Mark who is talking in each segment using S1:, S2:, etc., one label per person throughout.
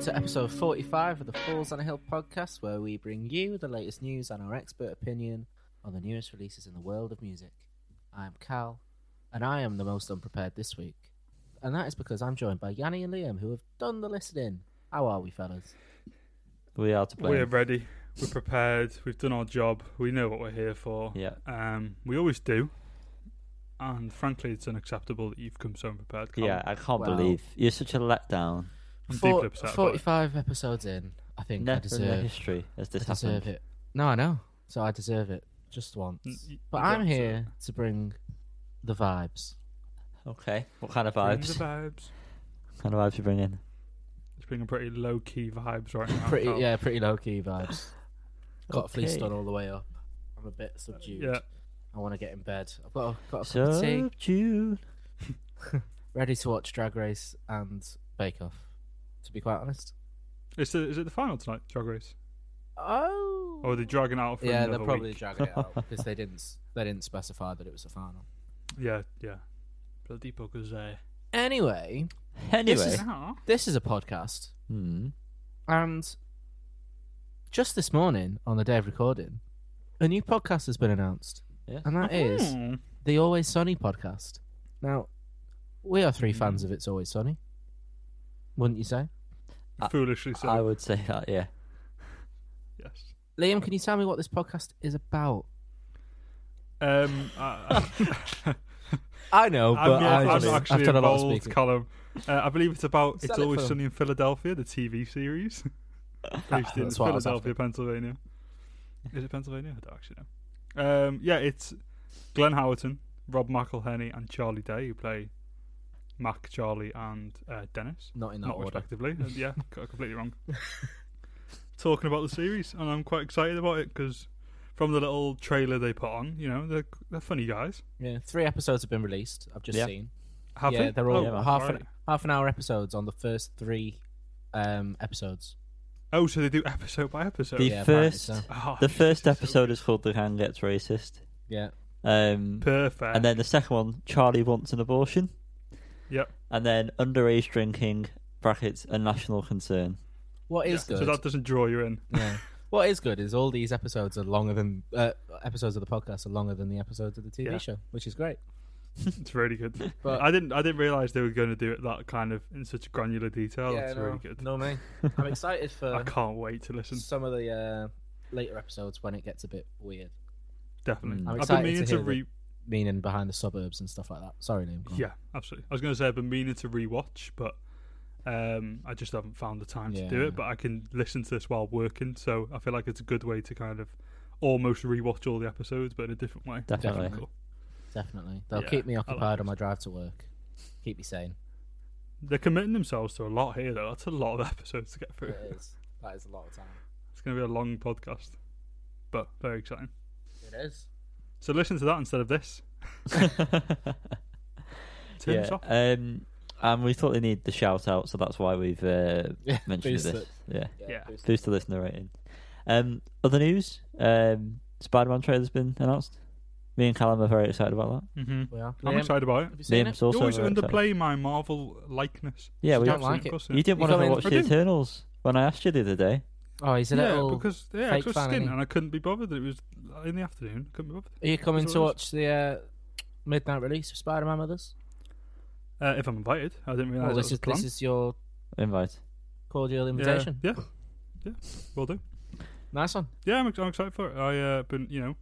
S1: to episode 45 of the Falls on a Hill podcast, where we bring you the latest news and our expert opinion on the newest releases in the world of music. I'm Cal, and I am the most unprepared this week. And that is because I'm joined by Yanni and Liam, who have done the listening. How are we, fellas?
S2: We are to blame.
S3: We're ready. We're prepared. We've done our job. We know what we're here for.
S2: Yeah.
S3: Um, we always do. And frankly, it's unacceptable that you've come so unprepared. Cal.
S2: Yeah, I can't
S1: Wow.
S2: believe you're such a letdown.
S3: I'm
S1: Four-
S3: deeply upset. About it.
S1: 45 episodes in, I think I
S2: Never in the
S1: deserve,
S2: history has
S1: I
S2: this
S1: deserve
S2: happened.
S1: it. No, I know. So I deserve it. Just once.
S3: N- you-
S1: But
S3: you
S1: I'm
S3: don't, sir.
S1: here to bring the vibes.
S2: Okay, what kind of
S3: Bring
S2: vibes?
S3: the vibes.
S2: kind of vibes you bring in?
S3: It's bringing pretty low key vibes right now.
S1: pretty
S3: Cal.
S1: yeah, pretty low key vibes. Got
S2: Okay.
S1: fleeced on all the way up. I'm a bit subdued.
S3: Yeah.
S1: I want to get in bed. I've got a, got a cup of tea,
S2: Subdued.
S1: ready to watch Drag Race and Bake Off. To be quite honest.
S3: Is, the, is it the final tonight, Drag Race?
S1: Oh.
S3: Or are they dragging it out for
S1: yeah,
S3: another
S1: they're probably
S3: week?
S1: dragging it out because they didn't s- they didn't specify that it was a final.
S3: Yeah, yeah. Bloody buggers there.
S1: Anyway,
S2: Anyway,
S1: This is- this is a podcast,
S2: hmm.
S1: and just this morning on the day of recording, a new podcast has been announced,
S2: Yeah.
S1: and that is
S3: Mm.
S1: the Always Sunny podcast. Now, we are
S3: Hmm.
S1: three fans of It's Always Sunny, wouldn't you say?
S2: I-
S3: Foolishly so.
S2: I would say that. Yeah,
S3: yes.
S1: Liam, can you tell me what this podcast is about?
S3: Um, I, I,
S1: I know,
S3: I'm, yeah, I'm
S1: just-
S3: actually
S1: Oh, I've done a lot of
S3: involved,
S1: speaking.
S3: Callum. Uh, I believe it's about
S1: Sell
S3: It's
S1: it
S3: Always
S1: for 'em.
S3: Sunny in Philadelphia, the TV series. Based in
S1: Ah, That's what I was
S3: Philadelphia, Pennsylvania. Is it Pennsylvania? I don't actually know. Um, yeah, it's Glenn Howerton, Rob McElhenney, and Charlie Day, who play Mac, Charlie, and uh, Dennis.
S1: Not in that
S3: Not
S1: order.
S3: respectively. Uh, yeah, got it completely wrong. Talking about the series, and I'm quite excited about it because from the little trailer they put on, you know, they're, they're funny guys.
S1: Yeah, three episodes have been released. I've just
S2: Yeah.
S1: seen.
S3: Have
S1: yeah,
S3: they? Oh,
S1: they're all
S2: Yeah,
S1: half
S3: right.
S1: an half an hour episodes on the first three um, episodes.
S3: Oh, so they do episode by episode.
S2: the
S1: yeah, apparently
S2: first,
S1: so.
S3: Oh,
S2: the
S3: shit,
S2: first
S3: it's so
S2: episode is called "The Hand Gets Racist,"
S1: Yeah,
S2: um,
S3: perfect.
S2: and then the second one, "Charlie Wants an Abortion."
S3: Yep.
S2: And then underage drinking brackets a national concern.
S1: what is
S3: Yeah,
S1: good?
S3: So that doesn't draw you in.
S1: yeah. What is good is all these episodes are longer than uh, episodes of the podcast are longer than the episodes of the TV
S3: Yeah.
S1: show, which is great.
S3: It's really good.
S1: But
S3: I didn't I didn't realize they were going to do it that kind of in such granular detail.
S1: yeah,
S3: it's
S1: no,
S3: really good.
S1: No, uh, me. I'm excited
S3: I
S1: for
S3: can't wait to listen.
S1: some of the uh, later episodes when it gets a bit weird,
S3: Definitely.
S2: Mm. I'm
S3: I've
S1: excited
S3: been meaning
S1: to
S3: to,
S1: hear
S3: re
S1: meaning behind the suburbs and stuff like that. Sorry, Liam. go on.
S3: Yeah, absolutely. I was going to say I've been meaning to rewatch, but um, I just haven't found the time to do
S1: Yeah.
S3: it. But I can listen to this while working, so I feel like it's a good way to kind of almost rewatch all the episodes, but in a different way.
S2: Definitely.
S1: Definitely. definitely. They'll
S3: Yeah,
S1: keep me
S3: I like
S1: occupied on my drive to work. Keep me sane.
S3: They're committing themselves to a lot here, though. That's a lot of episodes to get through.
S1: It is. That is a lot of time.
S3: It's going to be a long podcast, but very exciting.
S1: It is.
S3: So listen to that instead of this. Turn this off.
S2: Um, and we thought they need the shout out, so that's why we've uh,
S1: Yeah,
S2: mentioned
S1: boost
S2: this.
S1: it.
S2: Yeah,
S3: Yeah.
S1: boost it.
S2: boost the listener rating. Um, other news: um, Spider-Man trailer's been announced. Me and Callum are very excited about
S3: hmm
S1: We are.
S3: I'm
S1: Liam,
S3: excited about it.
S1: Have you
S2: that.
S1: seen
S2: Liam's
S1: it?
S3: You
S2: also
S3: always
S2: very excited.
S3: underplay my Marvel likeness.
S2: Yeah,
S1: You
S2: we.
S1: don't like
S3: Absolutely
S1: it.
S3: cussing.
S2: You didn't
S1: You
S2: want
S1: come
S2: to
S1: in-
S2: watch
S3: I
S2: the
S3: do.
S2: Eternals when I asked you the other day.
S1: Oh, he's a
S3: yeah,
S1: little.
S3: because yeah, I
S1: fake
S3: got
S1: fan,
S3: skint
S1: innit?
S3: and I couldn't be bothered. It was in the afternoon. I couldn't be bothered.
S1: Are you coming
S3: It's
S1: to
S3: alright.
S1: watch the uh, midnight release of Spider-Man with us?
S3: Uh, if I'm invited, I didn't realise
S1: Well,
S3: that was
S1: this is
S3: the plan.
S1: this is your
S2: Invite.
S1: cordial
S3: Yeah,
S1: invitation.
S3: Yeah, yeah, will do.
S1: Nice one.
S3: Yeah, I'm, ex- I'm excited for it. I uh, been you know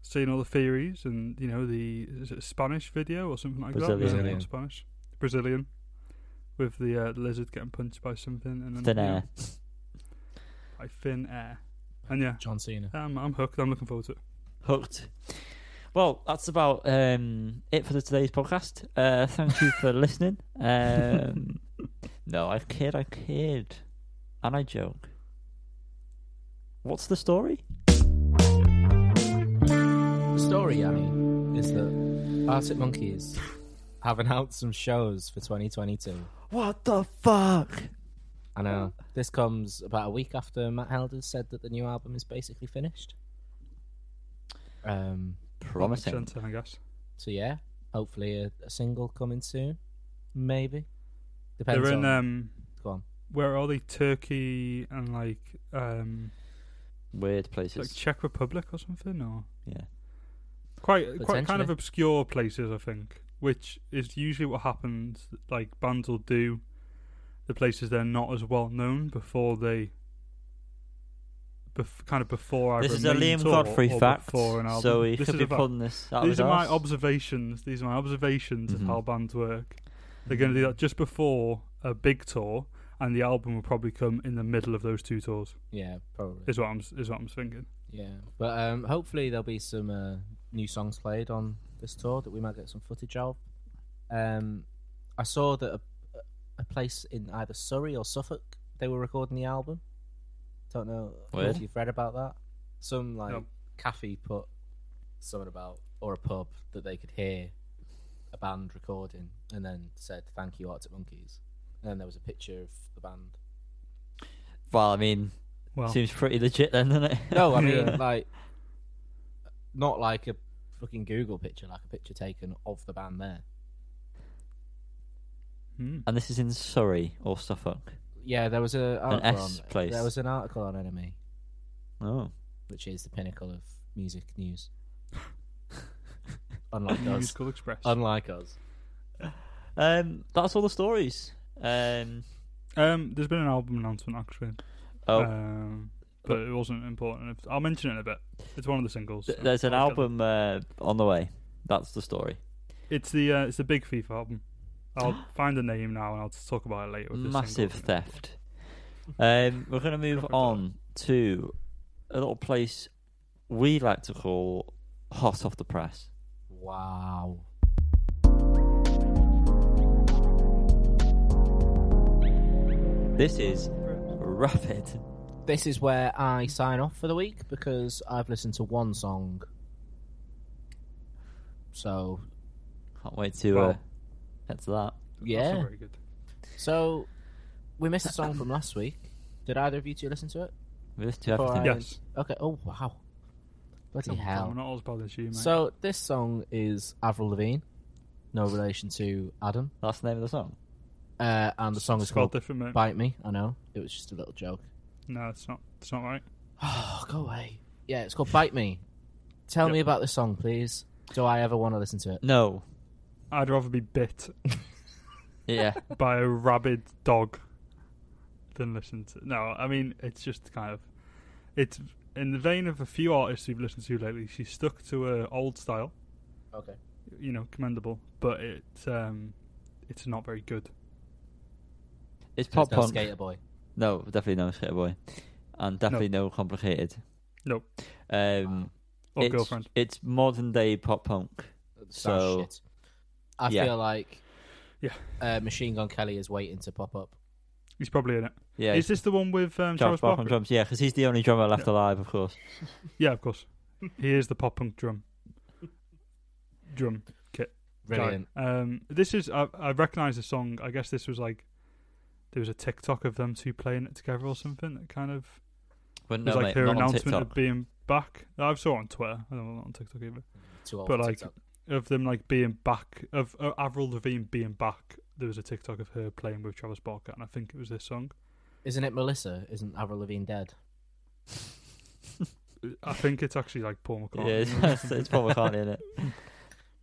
S3: seeing all the theories and you know the is it a Spanish video or something like that.
S2: Brazilian.
S3: No, not
S1: Brazilian.
S3: Spanish, Brazilian, with the uh, lizard getting punched by something and then
S2: Thin
S3: you know,
S2: air.
S3: by thin air, and yeah,
S1: John Cena.
S3: I'm I'm hooked. I'm looking forward to it.
S2: Hooked. Well, that's about um, it for the today's podcast. Uh, thank you for listening. Um, no, I kid, I kid, and I joke. What's the story?
S1: The story, Yanni, is that Arctic Monkeys have announced some shows for 2022.
S2: What the fuck?
S1: I know. uh, This comes about a week after Matt Helder said that the new album is basically finished. Um.
S2: Promising.
S3: Shanta, I guess.
S1: So yeah, hopefully a, a single coming soon, maybe. Depends
S3: They're in
S1: on.
S3: um,
S1: Go on.
S3: where are they? Turkey and like um
S2: Weird
S3: like
S2: places.
S3: Czech Republic or something, or
S2: yeah.
S3: quite quite kind
S1: Potentially.
S3: of obscure places, I think. Which is usually what happens. Like bands will do the places they're not as well known before they. Bef- kind of before I
S2: This is a
S3: remain
S2: Liam
S3: tour
S2: Godfrey
S3: or
S2: fact,
S3: before an album.
S2: so he
S3: This
S2: could
S3: is
S2: be
S3: a fact.
S2: pulling this out of
S3: These
S2: his
S3: are my
S2: arse.
S3: observations. These are my observations
S2: Mhm.
S3: of how bands work. They're going to do that just before a big tour, and the album will probably come in the middle of those two tours.
S1: Yeah, probably.
S3: Is what I'm is what I'm thinking.
S1: Yeah, but um, hopefully there'll be some uh, new songs played on this tour that we might get some footage of. Um, I saw that a, a place in either Surrey or Suffolk they were recording the album. Don't know
S2: Weird.
S1: if you've read about that. Some like
S3: No.
S1: cafe put something about or a pub that they could hear a band recording, and then said thank you Arctic Monkeys, and then there was a picture of the band.
S2: Well, I mean,
S3: Well,
S2: seems pretty legit then, doesn't it?
S1: No, I mean
S3: Yeah.
S1: like not like a fucking Google picture, like a picture taken of the band there.
S3: hmm.
S2: and this is in Surrey or Suffolk.
S1: Yeah, there was a article
S2: S
S1: on,
S2: place.
S1: There was an article on Enemy,
S2: Oh,
S1: which is the pinnacle of music news. unlike us,
S3: musical express.
S1: unlike us.
S2: um, that's all the stories. Um,
S3: Um, there's been an album announcement actually,
S2: oh,
S3: um, but it wasn't important. I'll mention it in a bit. It's one of the singles.
S2: th-
S3: so
S2: there's an
S3: I'll get
S2: album uh, on the way. That's the story.
S3: there. It's the uh, it's the Big Thief album. I'll find the name now and I'll talk about it later. With this
S2: Massive
S3: single.
S2: theft. Um, we're going to move
S3: Proper theft.
S2: on to a little place we like to call hot off the press.
S1: Wow.
S2: This is rapid.
S1: This is where I sign off for the week because I've listened to one song. So
S2: Can't wait to uh,
S3: Well-
S2: get to that.
S3: That's
S1: Yeah.
S3: not very good.
S1: so we missed a song from last week. Did either of you two listen to it?
S2: We listen to
S1: Before
S2: everything.
S1: I-
S3: Yes.
S1: Okay. Oh wow. Bloody hell.
S3: I'm not as bad as you, mate.
S1: So this song is Avril Lavigne, no relation to Adam,
S2: That's the name of the song.
S1: uh, and the song is
S3: it's
S1: called
S3: called different. Mate.
S1: "Bite Me." I know it was just a little joke.
S3: No, it's not. It's not right.
S1: Oh, go away. Yeah, it's called "Bite Me." Tell me
S3: Yep.
S1: about the song, please. Do I ever want to listen to it?
S2: No.
S3: I'd rather be bit
S2: Yeah.
S3: by a rabid dog than listen to. No, I mean it's just kind of it's in the vein of a few artists we've listened to lately. She stuck to her old style,
S1: Okay.
S3: you know, commendable, but it's um, it's not very good.
S2: it's pop
S1: no
S2: punk.
S1: Skater Boy.
S2: No, definitely no skater boy, and definitely no, complicated.
S3: No.
S2: Um,
S3: Or
S2: it's,
S3: girlfriend.
S2: It's modern day pop punk. So-
S1: So shit. I
S2: Yeah.
S1: feel like
S3: Yeah.
S1: uh,
S2: um,
S1: Machine Gun Kelly is waiting to pop up.
S3: He's probably in it. Is
S2: Yeah.
S3: this the one with um,
S2: Charles
S3: Charles
S2: Bark
S3: Barker?
S2: on drums? Yeah, because he's the only drummer left alive, of course.
S3: Yeah, of course. he is the pop punk drum. Drum. guy.
S1: Brilliant.
S3: Um, this is I, I recognize the song. I guess this was like there was a TikTok of them two playing it together or something. That kind of
S2: But
S3: it
S2: no,
S3: was like
S2: mate,
S3: her
S2: not on
S3: announcement
S2: TikTok.
S3: of being back. I saw it on Twitter. I don't know on TikTok either.
S1: Too old
S3: But
S1: for
S3: like-
S1: TikTok.
S3: Of them like being back of uh, Avril Lavigne being back. There was a TikTok of her playing with Travis Barker, and I think it was this song.
S1: isn't it Melissa? Isn't Avril Lavigne dead?
S3: I think it's actually like Paul
S2: Yeah,
S3: McCartney.
S2: it's, it's Paul McCartney in it.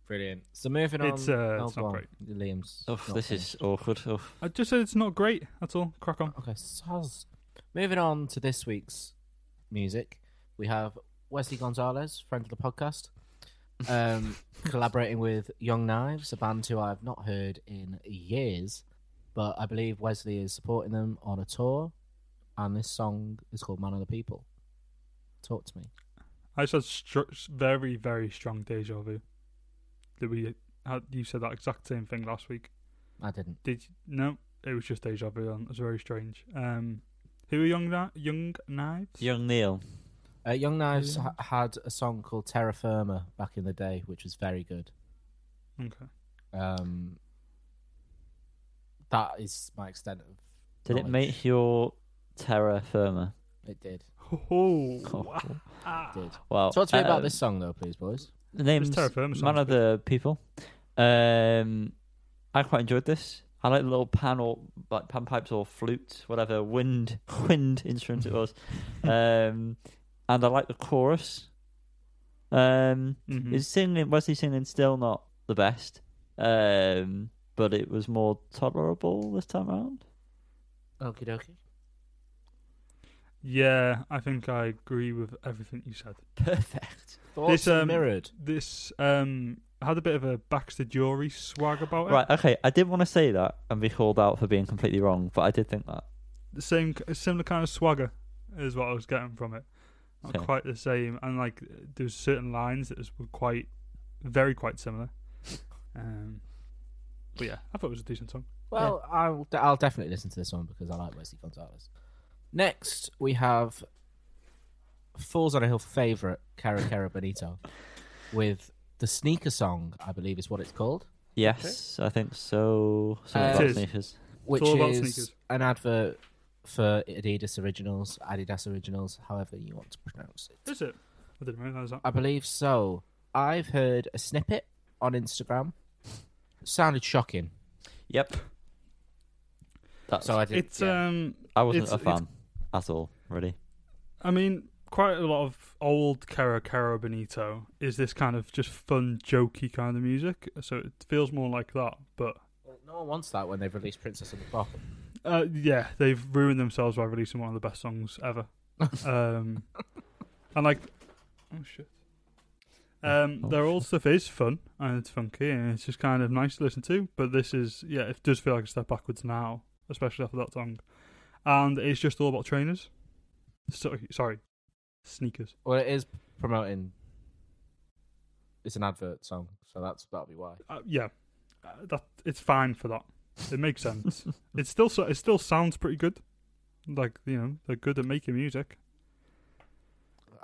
S1: Brilliant. So moving on.
S3: It's, uh,
S1: Oh,
S3: it's
S1: go
S3: not
S1: on.
S3: great.
S1: Liam's.
S2: Oof,
S1: not
S2: Oh, this
S1: finished.
S2: is awkward. Oof.
S3: I just said it's not great. That's all. Crack on.
S1: Okay, soz. Moving on to this week's music, we have Wesley Gonzalez, friend of the podcast, um, collaborating with Young Knives, a band who I've not heard in years, but I believe Wesley is supporting them on a tour, and this song is called "Man of the People." Talk to me.
S3: I just had str- very very strong deja vu. That we had you said that exact same thing last week.
S1: I didn't.
S3: Did you, no? It was just deja vu. and It was very strange. Um, who are young Kni- young knives?
S2: Young Neil.
S1: Uh, Young Knives
S3: Yeah.
S1: ha- had a song called "Terra Firma" back in the day, which was very good.
S3: Okay.
S1: Um, that is my extent of
S2: Did it
S1: Knowledge.
S2: make your terra firma?
S1: it. Did
S3: Oh,
S2: Oh,
S3: ah.
S1: did.
S2: Well,
S1: Talk to me about
S2: um,
S1: this song though, please, boys.
S2: The name's
S3: Terra Firma
S2: Man
S3: sounds
S2: of the People. Um, I quite enjoyed this. I like the little pan or like panpipes or flute, whatever wind wind instrument it was. Um, and I like the chorus. Um,
S3: Mhm.
S2: his singing, Wesley singing, still not the best. Um, but it was more tolerable this time around.
S1: Okie dokie.
S3: Yeah, I think I agree with everything you said.
S2: Perfect.
S1: Thoughts
S3: This, um,
S1: mirrored.
S3: This um had a bit of a Baxter Jury swag about it.
S2: Right. Okay. I did want to say that and be called out for being completely wrong, but I did think that.
S3: The same, a similar kind of swagger is what I was getting from it. Not
S2: Okay.
S3: quite the same, and like there's certain lines that was, were quite, very quite similar. Um, but yeah, I thought it was a decent song.
S1: Well, I'll, I'll definitely listen to this one because I like Wesley Gonzalez. Next, we have Falls on a Hill favourite, Cara Cara Benito, with the sneaker song, I believe is what it's called,
S2: Yes, I think so. Something
S1: Uh,
S2: about
S3: It is.
S2: sneakers.
S1: which
S3: all about
S1: is
S3: sneakers.
S1: an advert for Adidas Originals, Adidas Originals, however you want to pronounce it.
S3: Is it? I didn't realize that.
S1: I believe so. I've heard a snippet on Instagram. sounded shocking,
S2: Yep. That's,
S1: so I did.
S3: It's
S1: yeah.
S3: um,
S2: I wasn't
S3: it's-
S2: a fan at all, really.
S3: I mean, quite a lot of old Cara Cara Benito is this kind of just fun, jokey kind of music. So it feels more like that. But
S1: Well, no one wants that when they've released Princess and the Pop.
S3: uh, yeah, they've ruined themselves by releasing one of the best songs ever. um, and like, oh shit. Um,
S2: Oh,
S3: their old stuff is fun and it's funky and it's just kind of nice to listen to. But this is yeah, it does feel like a step backwards now, especially after that song. And it's just all about trainers. Sorry, sorry, sneakers.
S1: Well, it is promoting. It's an advert song, so that's that'll be why.
S3: uh, yeah, uh, that it's fine for that. It makes sense. it still so, it still sounds pretty good. Like you know, they're good at making music.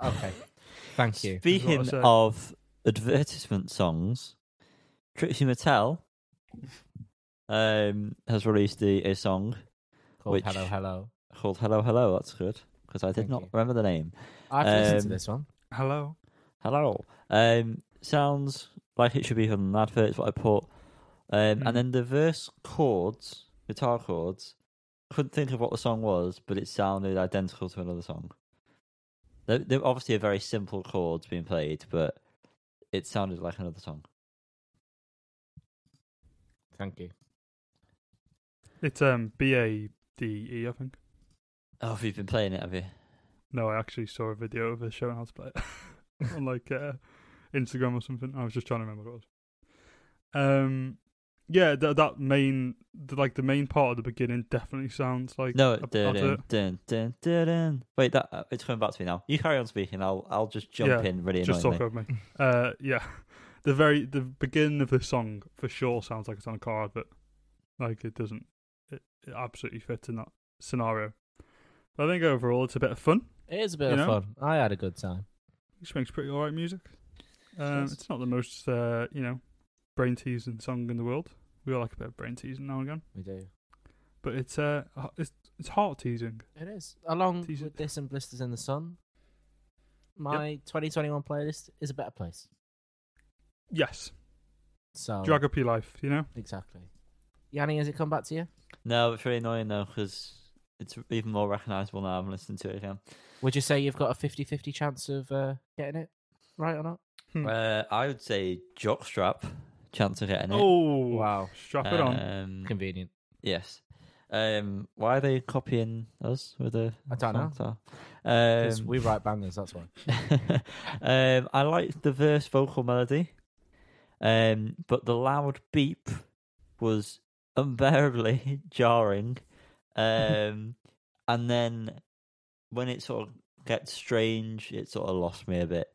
S1: Okay, thank you.
S2: Speaking
S3: Is what I said.
S2: of advertisement songs, Trixie Mattel um, has released a, a song
S1: Called
S2: Which-
S1: Hello Hello.
S2: called Hello Hello. That's good because I did
S1: Thank
S2: not
S1: you.
S2: remember the name.
S1: I've listened to
S2: Um,
S1: this one.
S3: Hello.
S2: Hello. Um, sounds like it should be on an advert. Is what I put. Um,
S3: Hmm.
S2: And then the verse chords, guitar chords, couldn't think of what the song was, but it sounded identical to another song. They, they were obviously a very simple chords being played, but it sounded like another song.
S1: Thank you.
S3: It's um B A D E I think.
S2: Oh, have you been playing it? Have you?
S3: No, I actually saw a video of her showing how to play it on like uh, Instagram or something. I was just trying to remember what it was. Um, yeah, that that main the, like the main part of the beginning definitely sounds like
S2: No,
S3: a-
S2: dun,
S3: advert.
S2: dun, dun, dun, dun, dun. wait, that uh, it's coming back to me now. You carry on speaking. I'll I'll just jump
S3: Yeah,
S2: in really
S3: just
S2: annoyingly.
S3: talk over me. Uh, yeah, the very the beginning of the song for sure sounds like it's on a car advert. Like it doesn't, it, it absolutely fits in that scenario. But I think overall it's a bit of fun.
S1: It is a bit
S3: You
S1: of
S3: know?
S1: fun. I had a good time.
S3: She makes pretty alright music. Um,
S2: Yes.
S3: it's not the most uh, you know brain teasing song in the world. We all like a bit of brain teasing now and again,
S1: We do.
S3: but it's uh h- it's it's heart teasing.
S1: It is. Along
S3: Teaser-
S1: with this and blisters in the sun, my 2021 playlist is a better place.
S3: Yes,
S1: So
S3: drag up your life. You know,
S1: exactly. Yanni, has it come back to you?
S2: No, it's really annoying though because it's even more recognisable now. I'm listening to it again.
S1: Would you say you've got a 50-50 chance of uh, getting it right or not?
S3: Hmm.
S2: Uh, I would say jockstrap chance of getting it.
S3: oh
S1: Wow,
S3: strap it on.
S2: Um,
S1: convenient.
S2: yes. Um, why are they copying us with a?
S1: I don't know.
S2: know.
S1: 'Cause
S2: Um,
S1: we write bangers, that's why.
S2: um, I liked the verse vocal melody, um, but the loud beep was unbearably jarring. Um, and then when it sort of gets strange, it sort of lost me a bit.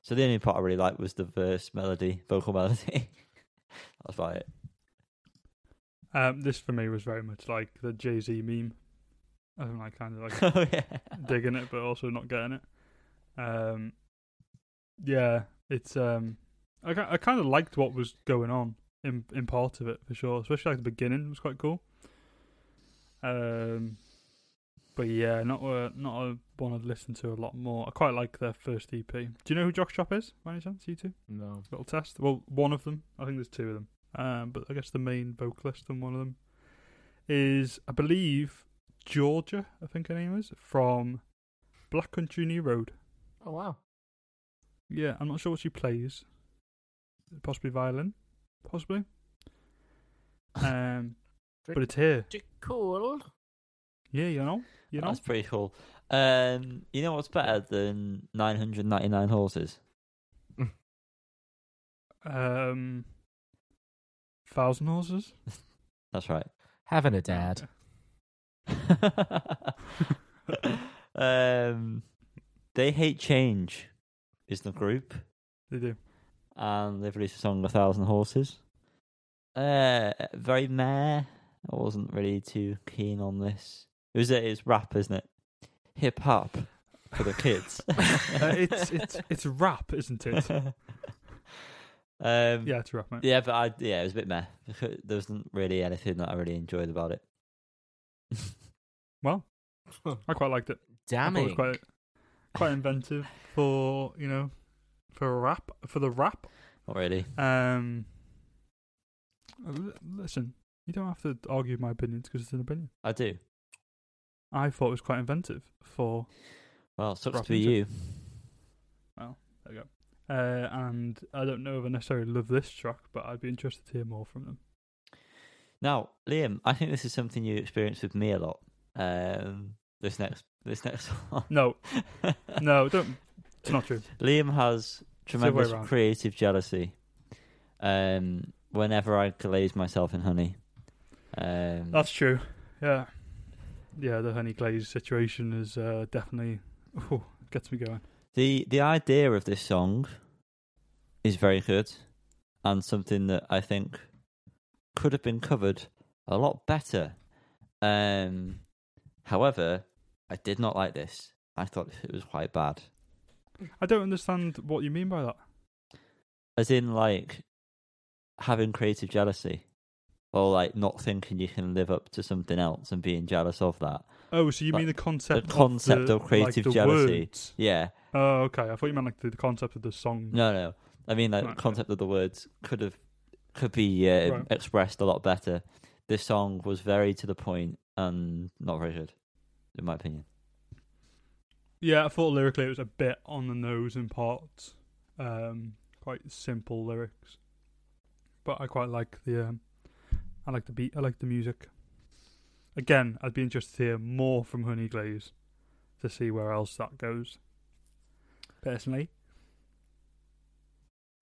S2: So the only part I really liked was the verse melody, vocal melody. That's about it.
S3: Um, this for me was very much like the Jay Z meme. I'm like kind of like
S2: oh, yeah.
S3: digging it, but also not getting it. Um, yeah, it's um, I ki- I kind of liked what was going on in in part of it for sure, especially like the beginning was quite cool. Um, but yeah, not a, not a one I'd listen to a lot more. I quite like their first E EP. Do you know who Jock Chop is? By any chance, you two?
S1: No.
S3: Little test. Well, one of them. I think there's two of them. um, but I guess the main vocalist on one of them is, I believe, Georgia. I think her name is from Black Country New Road.
S1: Oh wow.
S3: Yeah, I'm not sure what she plays. Possibly violin, possibly. Um, but it's here.
S1: Pretty cool.
S3: Yeah, you know, you know.
S2: That's pretty cool. Um, you know what's better than 999 horses?
S3: Um, thousand horses.
S2: That's right.
S1: Having a dad.
S2: um, they hate change. Is the group,
S3: They do.
S2: and they've released a song, "A Thousand Horses." Uh, very meh. I wasn't really too keen on this. It was it is rap, isn't it? Hip hop for the kids.
S3: Uh, it's it's it's rap, isn't it?
S2: um,
S3: Yeah, it's rap, mate.
S2: Yeah, but I yeah, it was a bit meh. There wasn't really anything that I really enjoyed about it.
S3: Well, I quite liked it. I
S1: Damn
S3: thought it was
S1: it.
S3: quite quite inventive for you know for rap for the rap.
S2: Not really.
S3: Um, l- listen, you don't have to argue my opinions because it's an opinion.
S2: I do.
S3: I thought it was quite inventive for
S2: Well, it sucks
S3: Rough
S2: to be you.
S3: there you go. Uh, and I don't know if I necessarily love this track, but I'd be interested to hear more from them.
S2: Now, Liam, I think this is something you experience with me a lot. Um, this next, this next one.
S3: No, no, don't. It's not true.
S2: Liam has
S3: the other way
S2: tremendous
S3: around.
S2: creative jealousy. Um, whenever I glaze myself in honey. Um,
S3: That's true. Yeah, yeah. The honey glaze situation is uh, definitely ooh, gets me going.
S2: The the idea of this song is very good and something that I think could have been covered a lot better. Um however, I did not like this. I thought it was quite bad.
S3: I don't understand what you mean by that.
S2: As in like having creative jealousy. Or like not thinking you can live up to something else and being jealous of that.
S3: Oh, so you
S2: Like,
S3: mean the concept?
S2: the concept
S3: the-
S2: of creative
S3: like the
S2: jealousy.
S3: words.
S2: Yeah.
S3: Oh, okay. I thought you meant like the, the concept of the song.
S2: No, no. I mean, like
S3: Mm. Right.
S2: the concept of the words could have could be uh,
S3: Right.
S2: expressed a lot better. This song was very to the point and not very good, in my opinion.
S3: Yeah, I thought lyrically it was a bit on the nose in parts. Um, quite simple lyrics, but I quite like the. Um, I like the beat. I like the music. Again, I'd be interested to hear more from Honey Glaze to see where else that goes. Personally,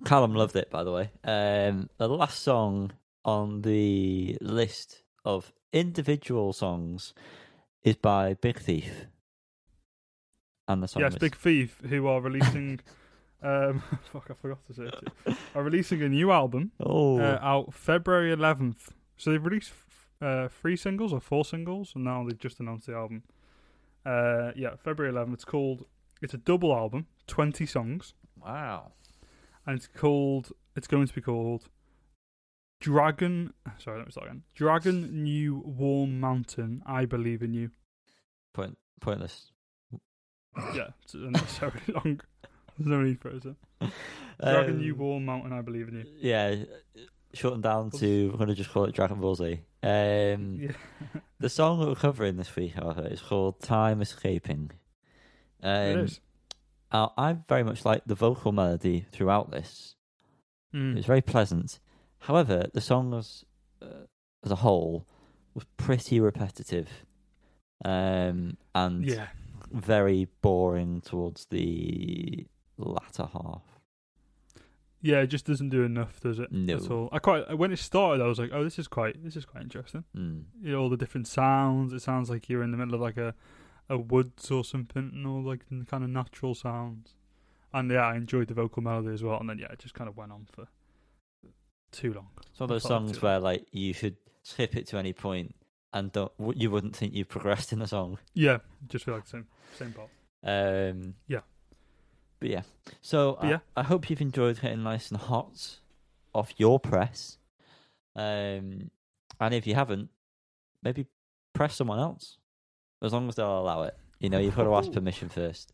S2: Callum loved it, by the way. Um, the last song on the list of individual songs is by Big Thief, and the song
S3: yes,
S2: is-
S3: Big Thief, who are releasing. um, fuck, I forgot to say it. Are releasing a new album.
S2: oh,
S3: uh, out February 11th. So they've released f- uh, three singles or four singles, and now they've just announced the album. Uh, yeah, February 11th. It's called. It's a double album, 20 songs,
S2: wow.
S3: and it's called. It's going to be called Dragon. Sorry, let me start again. Dragon New Warm Mountain. I believe in you.
S2: Point pointless.
S3: Yeah, it's unnecessarily long. There's no need for it. Is there? Dragon New
S2: Um,
S3: Warm Mountain. I believe in you.
S2: Yeah, shortened down to we're gonna just call it Dragon Ball Z. Um,
S3: Yeah.
S2: the song that we're covering this week, however, is called "Time Escaping." Um,
S3: it is.
S2: I, I very much like the vocal melody throughout this.
S3: Mm.
S2: It's very pleasant. However, the song as uh, as a whole was pretty repetitive, um, and
S3: Yeah.
S2: very boring towards the latter half.
S3: Yeah, it just doesn't do enough, does it?
S2: No.
S3: At all. I quite when it started, I was like, oh, this is quite this is quite interesting.
S2: Mm.
S3: You know, all the different sounds. It sounds like you're in the middle of like a a woods or something, and all like n- kind of natural sounds. And yeah, I enjoyed the vocal melody as well. And then yeah, it just kind of went on for too long.
S2: It's one of those
S3: Thought I'd
S2: songs
S3: do
S2: where like you should skip it to any point and don't w- you wouldn't think you progressed in the song.
S3: Yeah, just feel like the same same part.
S2: Um,
S3: Yeah.
S2: but yeah. So
S3: But yeah.
S2: I, I hope you've enjoyed getting nice and hot off your press. Um, and if you haven't, maybe press someone else, as long as they'll allow it. You know, you've got to ask permission 1st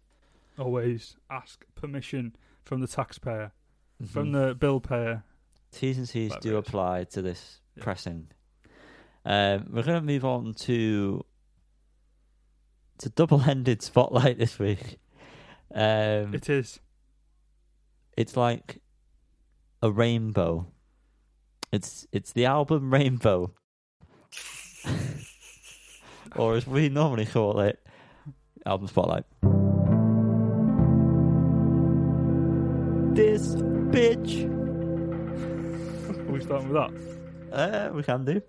S2: Mm-hmm. Mm.
S3: Always ask permission from the taxpayer, from the bill payer,
S2: T's and C's
S3: Right,
S2: do
S3: right.
S2: apply to this
S3: Yeah.
S2: pressing. Um, we're going to move on to to double-ended spotlight this week. Um,
S3: It is.
S2: it's like a rainbow. It's it's the album Rainbow, or as we normally call it, album spotlight. This bitch.
S3: Are we starting with that?
S2: Uh, we can do.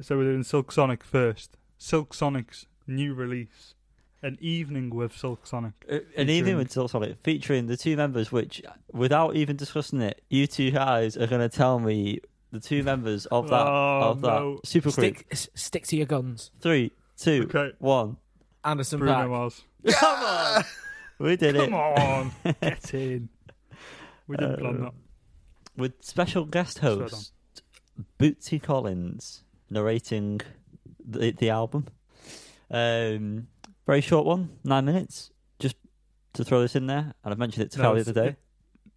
S3: So we're doing Silk Sonic first. Silk Sonic's new release, An Evening with Silk Sonic.
S2: Uh, An evening
S3: Featuring-
S2: with Silk Sonic featuring the two members, which, without even discussing it, you two guys are going to tell me the two members of that
S3: Oh,
S2: of that
S3: no.
S2: super group.
S1: Stick, s- stick to your guns,
S2: Three, two, one.
S3: Okay,
S1: Anderson
S3: Bruno
S1: Paak.
S3: Mars.
S2: Come on, we did it
S3: Come on, get in. We didn't plan
S2: Uh,
S3: that.
S2: with special guest
S3: Swear down.
S2: host Bootsy Collins narrating the the album. Um, very short one, nine minutes. Just to throw this in there, and I mentioned it to
S3: No,
S2: Cal the
S3: it's-
S2: other day.
S3: it-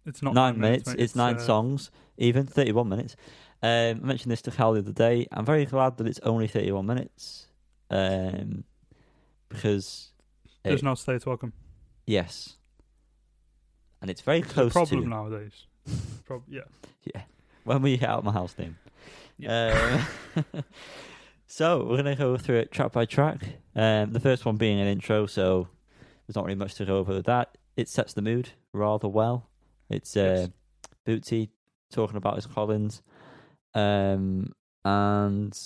S3: It's not
S2: nine minutes.
S3: mate,
S2: It's, nine
S3: uh,
S2: songs, even thirty-one minutes. Um, I mentioned this to Cal the other day. I'm very glad that it's only thirty-one minutes, um, because
S3: Does not stay to welcome.
S2: yes, and it's very
S3: It's a
S2: close
S3: problem
S2: to
S3: nowadays. Prob- yeah.
S2: when we get out my house name. Um, so we're gonna go through it track by track. Um, the first one being an intro, so there's not really much to go over with that. It sets the mood rather well. It's uh,
S3: Yes.
S2: Bootsy talking about his Collins, um, and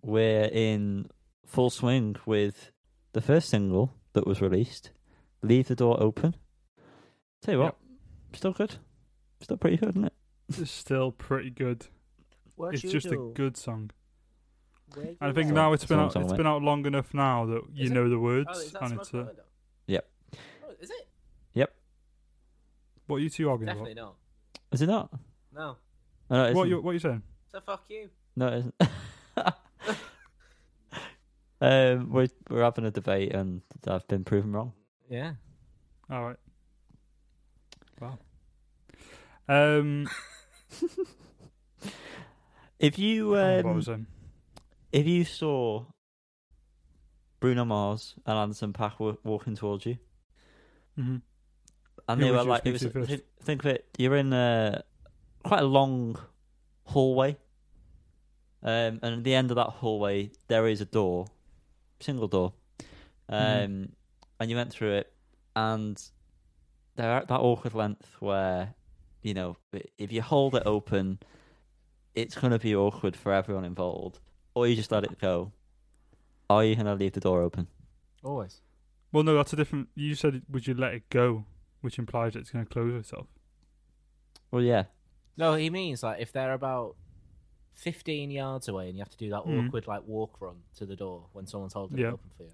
S2: we're in full swing with the first single that was released, "Leave the Door Open." Tell you what, still good, still pretty good, isn't it?
S3: It's still pretty good.
S1: What
S3: It's
S1: you
S3: just a
S1: do,
S3: good song.
S1: where you Oh,
S3: And I think
S1: at?
S3: now it's been
S2: Song,
S3: out.
S2: song,
S3: It's
S2: mate.
S3: been out long enough now that you
S1: Is it?
S3: know the words.
S1: Oh, is that
S3: and
S1: Smoke
S3: it's uh,
S1: Window?
S2: Yep.
S1: Oh, is it?
S3: what are you two arguing
S1: Definitely not.
S2: Is it not?
S1: No.
S2: Oh, no, it
S3: about? What
S2: isn't.
S3: you what are you saying?
S1: So fuck you.
S2: No, it isn't. um, we're we're having a debate, and I've been proven wrong.
S1: Yeah.
S3: All right. Wow. Um,
S2: If you
S3: oh, what
S2: um,
S3: was I saying?
S2: if you saw Bruno Mars and Anderson Pack walking towards you,
S3: Mhm.
S2: and
S3: Who
S2: they
S3: would
S2: were
S3: you
S2: like, it
S3: speak
S2: was,
S3: to first?
S2: think, think of it, you're in a quite a long hallway, um, and at the end of that hallway there is a door, single door, um,
S3: Mhm.
S2: and you went through it, and they're at that awkward length where, you know, i- if you hold it open, it's gonna be awkward for everyone involved, or you just let it go. Are you gonna leave the door open?
S1: Always.
S3: Well, no, that's a different. You said, would you let it go, which implies it's going to close itself.
S2: Well, yeah,
S1: No, he means like if they're about fifteen yards away and you have to do that
S3: Mm.
S1: awkward like walk run to the door when someone's holding
S3: Yeah.
S1: it open for you.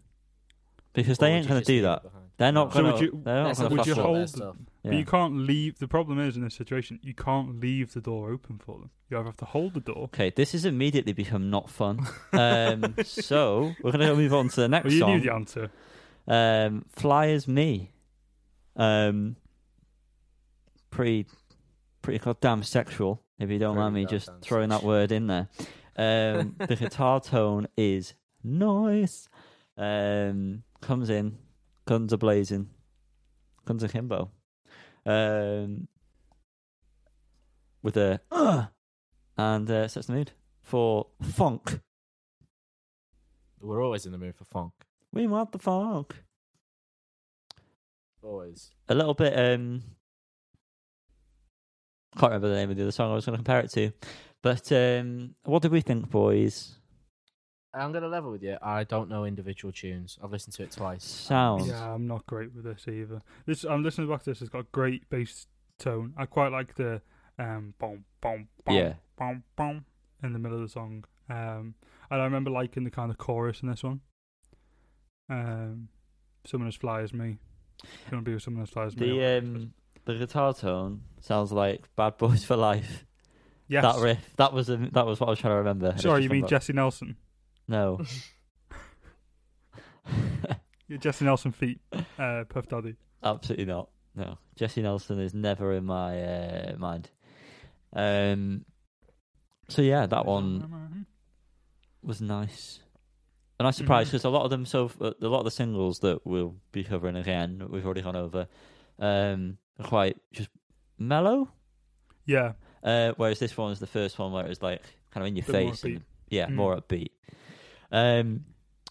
S2: because
S1: Or
S2: they
S1: would
S2: ain't
S1: you
S2: gonna
S1: just
S2: do
S1: leave it
S2: that.
S1: behind?
S2: They're not
S3: So
S2: gonna.
S3: would you-
S2: they're not
S1: Let's
S2: gonna
S1: not
S3: would you
S2: fuss up.
S1: fuss up their
S3: hold
S1: stuff.
S2: Yeah.
S3: But you can't leave. The problem is in this situation, you can't leave the door open for them. You either have to hold the door.
S2: Okay, this has immediately become not fun. Um, so we're gonna move on to the next
S3: Well, you knew the
S2: song.
S3: answer.
S2: Um, Fly as me. Um, pretty, pretty goddamn sexual. If you don't
S1: Pretty
S2: mind me just
S1: goddamn
S2: throwing that
S1: sexual.
S2: word in there. Um, the guitar tone is nice. Um, comes in, guns are blazing, guns are kimbo. Um, with a uh, and uh, sets the mood for funk.
S1: We're always in the mood for funk.
S2: We want the funk.
S1: Always.
S2: a little bit um can't remember the name of the other song I was gonna compare it to. But um what did we think, boys?
S1: I'm gonna level with you. I don't know individual tunes. I've listened to it twice.
S2: Sounds.
S1: Um,
S3: Yeah, I'm not great with this either. This I'm listening back to this. It's got a great bass tone. I quite like the um boom boom boom
S2: Yeah.
S3: boom boom in the middle of the song. Um, and I remember liking the kind of chorus in this one. Um, someone as fly as me. It's gonna be with someone as fly as me.
S2: The um the guitar tone sounds like Bad Boys for Life.
S3: yes.
S2: That riff. That was um, that was what I was trying to remember. Just
S3: Sorry, you mean
S2: remember-
S3: Jesse Nelson?
S2: No.
S3: Yeah, Jesse Nelson feet. Uh, Puff Daddy.
S2: Absolutely not. No. Jesse Nelson is never in my uh, mind. Um, so yeah, that one was nice. And I'm surprised
S3: Mhm.
S2: because a lot of them, so uh, a lot of the singles that we'll be covering again, we've already gone over, um, are quite just mellow.
S3: Yeah,
S2: Uh, whereas this one's the first one where it was like kind of in your
S3: Bit more
S2: face,
S3: upbeat.
S2: and, yeah,
S3: Mm.
S2: more upbeat. Um,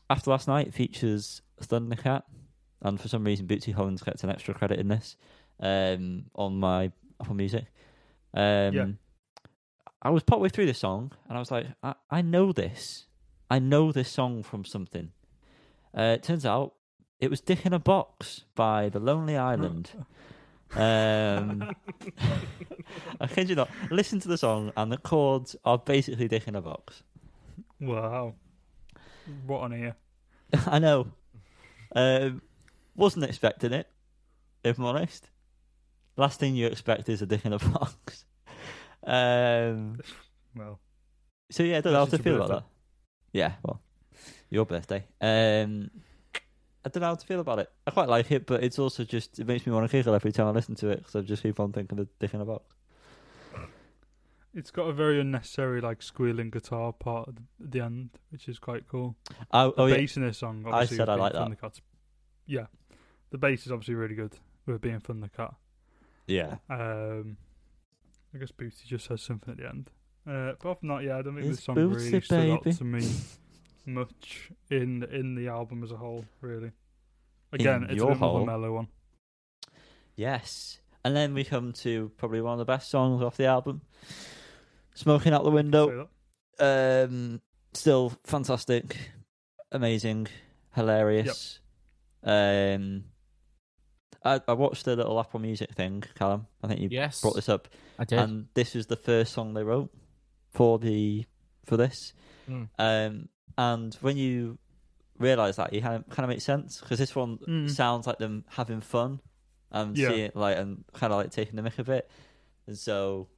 S2: After last night features Thundercat, and for some reason Bootsy Hollins gets an extra credit in this um, on my Apple Music. Um,
S3: Yeah.
S2: I was partway through this song and I was like, I, I know this, I know this song from something. Uh, it turns out it was "Dick in a Box" by The Lonely Island. um, I kid you not. Listen to the song, and the chords are basically "Dick in a Box."
S3: wow, what on ear?
S2: I know. Um, wasn't expecting it, if I'm honest. Last thing you expect is a dick in a box. Um,
S3: Well,
S2: so yeah, I don't know how
S3: Unless
S2: to
S3: it's
S2: feel
S3: your
S2: about that.
S3: birthday.
S2: Yeah, well, your birthday. Um, I don't know how to feel about it. I quite like it, but it's also just it makes me want to giggle every time I listen to it because I just keep on thinking of dick in a box.
S3: it's got a very unnecessary like squealing guitar part at the end, which is quite cool.
S2: Oh,
S3: The
S2: oh yeah,
S3: bass in this song,
S2: I
S3: obviously,
S2: said
S3: with
S2: I
S3: being
S2: like that.
S3: Thundercats. Yeah, the bass is obviously really good with it being Thundercat.
S2: yeah.
S3: Um, I guess Booty just says something at the end. Uh, but apart from that, yeah, I don't think
S2: It's
S3: this song
S2: Bootsy,
S3: really stood out
S2: baby.
S3: to me much in in the album as a whole. Really, again, it's a
S2: your
S3: bit more of
S2: hole.
S3: a mellow one.
S2: Yes. And then we come to probably one of the best songs off the album, "Smoking Out the Window."
S3: Say that.
S2: um still fantastic amazing hilarious um I, I watched the little apple music thing callum i think you
S1: Yes,
S2: brought this up
S1: I did.
S2: and this is the first song they wrote for the for this
S1: Mm.
S2: um and when you realize that you kind of, kind of makes sense because this one
S3: Mm.
S2: sounds like them having fun and
S3: Yeah.
S2: seeing like and kind of like taking the mick a bit and so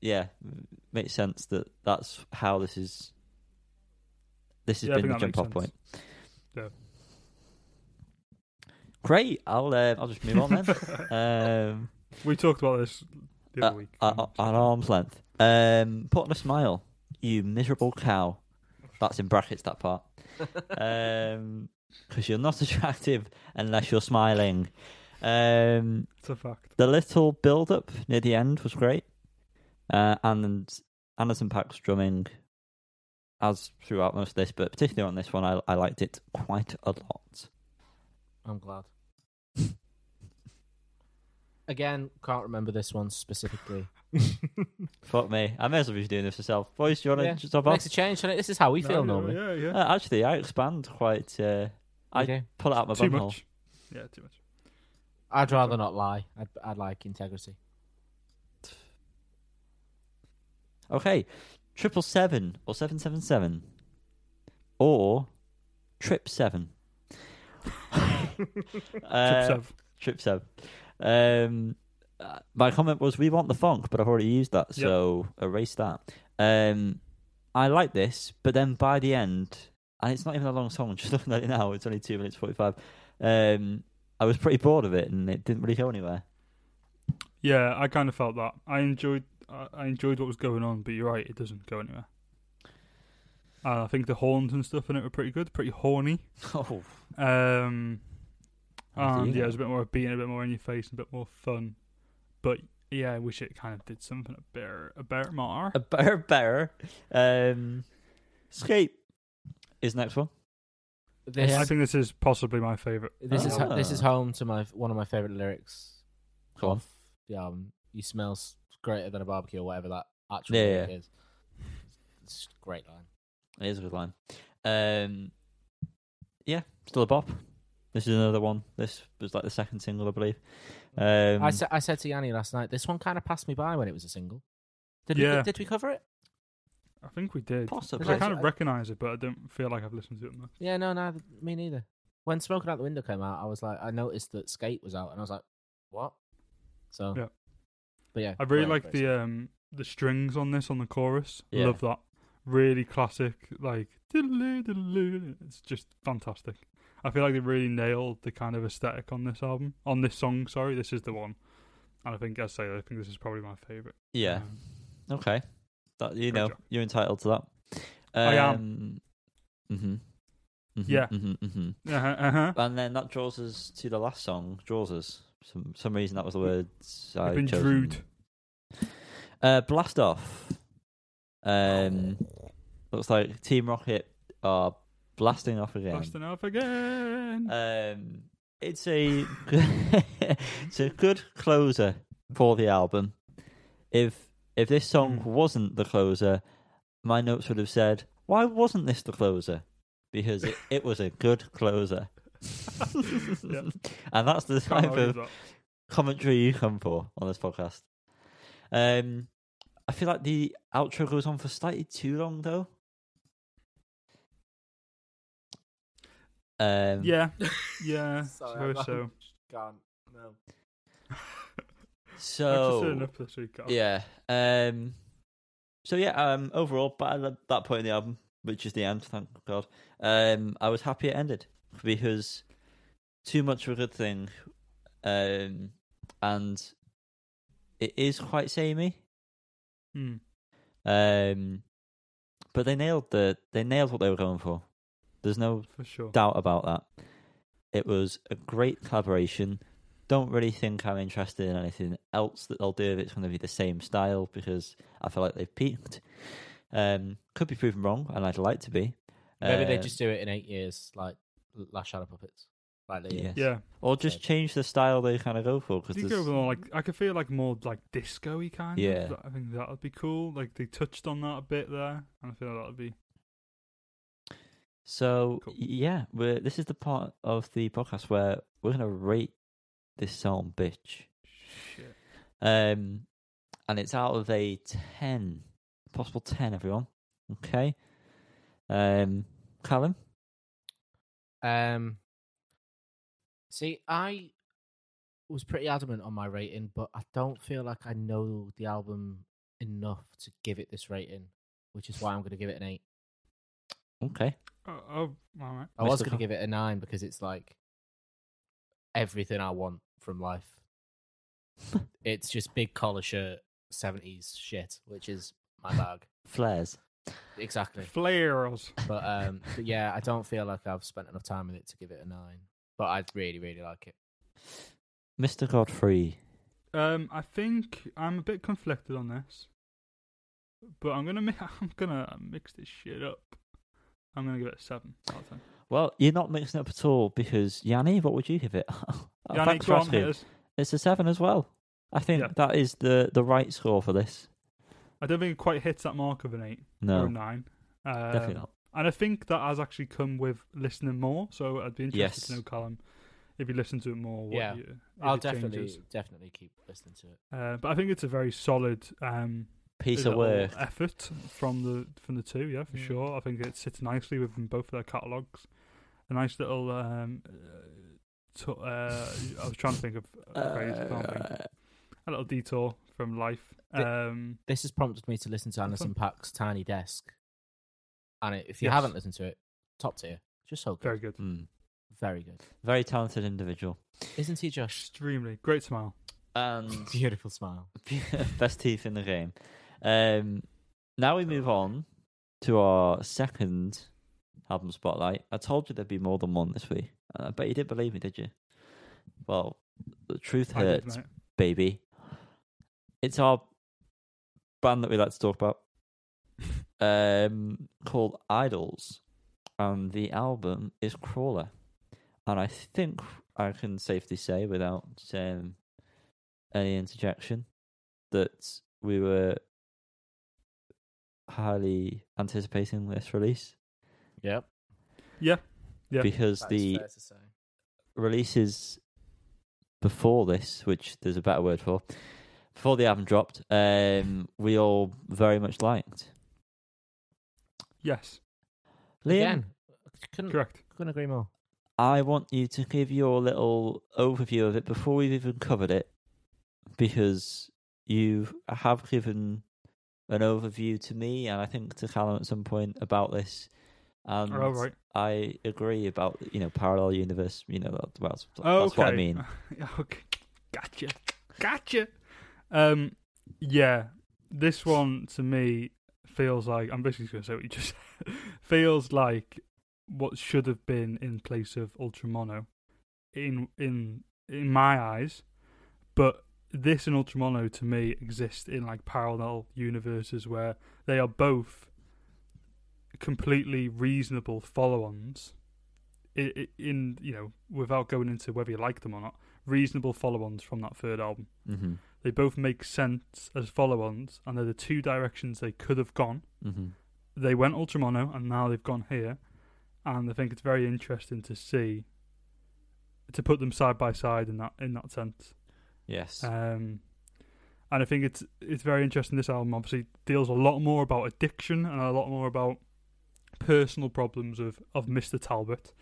S2: yeah m- makes sense that that's how this is this has
S3: Yeah, I
S2: been
S3: think
S2: the
S3: that
S2: jump
S3: makes
S2: off point
S3: Yeah.
S2: great i'll uh, i'll just move on then uh, um
S3: We talked about this the other week.
S2: at, at arm's length. Um, put on a smile, you miserable cow. That's in brackets that part. Because Um, you're not attractive unless you're smiling. Um,
S3: it's a fact.
S2: the little build up near the end was great. Uh, and Anderson Pack's drumming, as throughout most of this, but particularly on this one, I, I liked it quite a lot.
S1: I'm glad. Again, can't remember this one specifically.
S2: Fuck me. I may as well be doing this myself. Boys, do you want
S1: Yeah.
S2: to stop off?
S1: Makes a change, and this is how we feel
S3: No,
S1: normally.
S3: Yeah, yeah.
S2: Uh, actually, I expand quite. Uh, I-
S1: We do.
S2: pull it out my
S3: too
S2: bumhole.
S3: much. Yeah, too much.
S1: I'd rather not lie. I'd, I'd like integrity.
S2: Okay, triple seven or seven seven seven, or trip seven.
S3: Chip
S2: uh,
S3: Sev.
S2: trip seven. Um, uh, my comment was we want the funk, but I've already used that, so erase that. Um, I like this, but then by the end, and it's not even a long song. Just looking at it now, it's only two minutes forty five. Um, I was pretty bored of it, and it didn't really go anywhere.
S3: Yeah, I kind of felt that. I enjoyed. I I enjoyed what was going on, but you're right, it doesn't go anywhere. Uh, I think the horns and stuff in it were pretty good, pretty horny.
S2: Oh,
S3: Um,
S2: After you
S3: and yeah,
S2: then.
S3: it was a bit more beating, a bit more in your face, and a bit more fun. But yeah, I wish it kind of did something a bit, a bit more.
S2: a better better. Um, Escape is next one.
S1: This,
S3: I think this is possibly my favorite.
S1: this is
S2: Ah.
S1: this is home to my one of my favorite lyrics.
S2: Go on.
S1: of The album. You smell s- greater than a barbecue, or whatever that actual
S2: Yeah,
S1: lyric
S2: yeah.
S1: is. It's a great line.
S2: It is a good line. Um, yeah, still a bop. This is another one. This was like the second single, I believe. Um,
S1: I, sa- I said to Yanni last night, this one kind of passed me by when it was a single. Did
S3: Yeah.
S1: we did we cover it?
S3: I think we did. 'Cause
S2: possibly.
S1: There's
S3: I kind of
S1: I-
S3: recognize it, but I don't feel like I've listened to it much.
S1: Yeah, no, no, me neither. When Smoking Out the Window came out, I was like, I noticed that Skate was out, and I was like, what? So,
S3: Yeah.
S1: but yeah,
S3: I really
S1: great,
S3: like
S1: great
S3: the um the strings on this on the chorus.
S2: Yeah.
S3: Love that. Really classic, like diddle-oo, diddle-oo. it's just fantastic. I feel like they really nailed the kind of aesthetic on this album, on this song. Sorry, this is the one, and I think I say I think this is probably my favorite.
S2: yeah.
S3: Um,
S2: Okay. That you
S3: Great
S2: know,
S3: job.
S2: you're entitled to that.
S3: I am.
S2: Mm-hmm.
S3: Yeah.
S2: hmm hmm
S3: Uh huh. Uh-huh.
S2: And then that draws us to the last song. Draws us. Some some reason that was the word I
S3: I've been
S2: chose.
S3: drewed.
S2: Uh, blast off. Um,
S3: Oh.
S2: looks like Team Rocket are blasting off again.
S3: Blasting off again.
S2: Um, it's a it's a good closer for the album. If if this song
S3: Mm.
S2: wasn't the closer, my notes would have said, "Why wasn't this the closer?" Because it, it was a good closer.
S3: Yeah.
S2: And that's the
S3: Can't
S2: type
S3: argue
S2: of
S3: with that.
S2: commentary you come for on this podcast. Um, I feel like the outro goes on for slightly too long, though. Um,
S3: Yeah. Yeah.
S1: Sorry,
S3: so
S1: I'm-
S3: so.
S1: Can't. No.
S3: I've just turned
S2: So
S3: up this week. Oh,
S2: yeah. Um, so yeah. Um, overall, but at that point in the album, which is the end, thank God, um, I was happy it ended because too much of a good thing, um, and it is quite samey.
S3: hmm.
S2: Um, but they nailed the they nailed what they were going for. There's no
S3: for sure.
S2: doubt about that. It was a great collaboration. Don't really think I'm interested in anything else that they'll do if it's going to be the same style because I feel like they've peaked. Um, could be proven wrong, and I'd like to be.
S1: Maybe they
S2: Uh,
S1: just do it in eight years, like L- Last Shadow Puppets. Like they
S2: Yes.
S3: Yeah.
S2: or just change the style they kind of go for because
S3: Do you go with more like I could feel like more like disco-y kind
S2: Yeah.
S3: of. I think that would be cool. Like they touched on that a bit there, and I feel like that would be
S2: so
S3: Cool.
S2: yeah. We're, this is the part of the podcast where we're going to rate this song, bitch.
S3: shit.
S2: Um, and it's out of a 10, possible 10, everyone. Okay. Um, Callum?
S1: Um, see, I was pretty adamant on my rating, but I don't feel like I know the album enough to give it this rating, which is why I'm going to give it an eight.
S2: Okay.
S3: Oh, oh all right.
S1: I was
S2: Mr.
S1: going to
S2: Con-
S1: give it a nine because it's like everything I want from life. it's just big collar shirt, 70s shit, which is my bag.
S2: Flares.
S1: Exactly.
S3: Flares.
S1: But um, but yeah, I don't feel like I've spent enough time with it to give it a nine. But I really, really like it.
S2: Mr. Godfrey.
S3: Um, I think I'm a bit conflicted on this, but I'm gonna mi- I'm gonna mix this shit up. I'm gonna give it a seven. Out of 10.
S2: Well, you're not mixing up at all because, Yanni, what would you give it?
S3: Yannick,
S2: Oh, Thanks for
S3: go on,
S2: asking.
S3: hit us.
S2: It's a 7 as well. I think
S3: Yeah.
S2: that is the, the right score for this.
S3: I don't think it quite hits that mark of an eight or
S2: No,
S3: a nine. Um,
S2: definitely not.
S3: And I think that has actually come with listening more. So I'd be interested to
S2: Yes.
S3: know, Callum, if you listen to it more. What
S1: Yeah.
S3: you, if
S1: I'll
S3: it
S1: definitely,
S3: changes.
S1: definitely keep listening to it.
S3: Uh, but I think it's a very solid um,
S2: Piece of
S3: little
S2: work.
S3: effort from the from the two. Yeah, for
S1: Mm.
S3: sure. I think it sits nicely within both of their catalogs. A nice little. Um, uh, to, uh, I was trying to think of a phrase. I can't think.
S2: Uh,
S3: A little detour from life.
S1: Th-
S3: Um,
S1: This has prompted me to listen to Anderson Pack's Tiny Desk, and it, if you
S3: Yes.
S1: haven't listened to it, top tier, just so good,
S3: very good.
S2: mm.
S1: very good.
S2: Very talented individual.
S1: Isn't he just
S3: Extremely great smile.
S1: Um,
S2: And
S1: beautiful smile?
S2: best teeth in the game. Um, now we move on to our second album spotlight. I told you there'd be more than one this week. and I bet you didn't believe me, did you? Well, the truth
S3: I did,
S2: hurts,
S3: mate.
S2: baby. It's our band that we like to talk about, um, called Idols, and the album is Crawler. And I think I can safely say, without um, any interjection, that we were highly anticipating this release
S1: Yep,
S3: Yeah,
S2: because the releases before this, which there's a better word for, before the album dropped, um, we all very much liked.
S3: Yes,
S2: Liam,
S1: Again, couldn't
S3: correct.
S1: couldn't agree more.
S2: I want you to give your little overview of it before we've even covered it, because you have given an overview to me and I think to Callum at some point about this. And
S3: All Oh, right.
S2: I agree about you know parallel universe. You know that, that's, that's what I mean.
S3: okay. Gotcha. Gotcha. Um, yeah. this one to me feels like I'm basically going to say what you just said. feels like what should have been in place of Ultra Mono, in in in my eyes, but this and Ultra Mono to me exist in like parallel universes where they are both completely reasonable follow-ons. i- i- In you know, without going into whether you like them or not, reasonable follow-ons from that third album.
S2: Mm-hmm.
S3: They both make sense as follow ons, and they're the two directions they could have gone.
S2: Mm-hmm.
S3: They went Ultramono, and now they've gone here. And I think it's very interesting to see, to put them side by side in that in that sense.
S2: Yes.
S3: Um, and I think it's it's very interesting. This album obviously deals a lot more about addiction and a lot more about personal problems of of Mr. Talbot,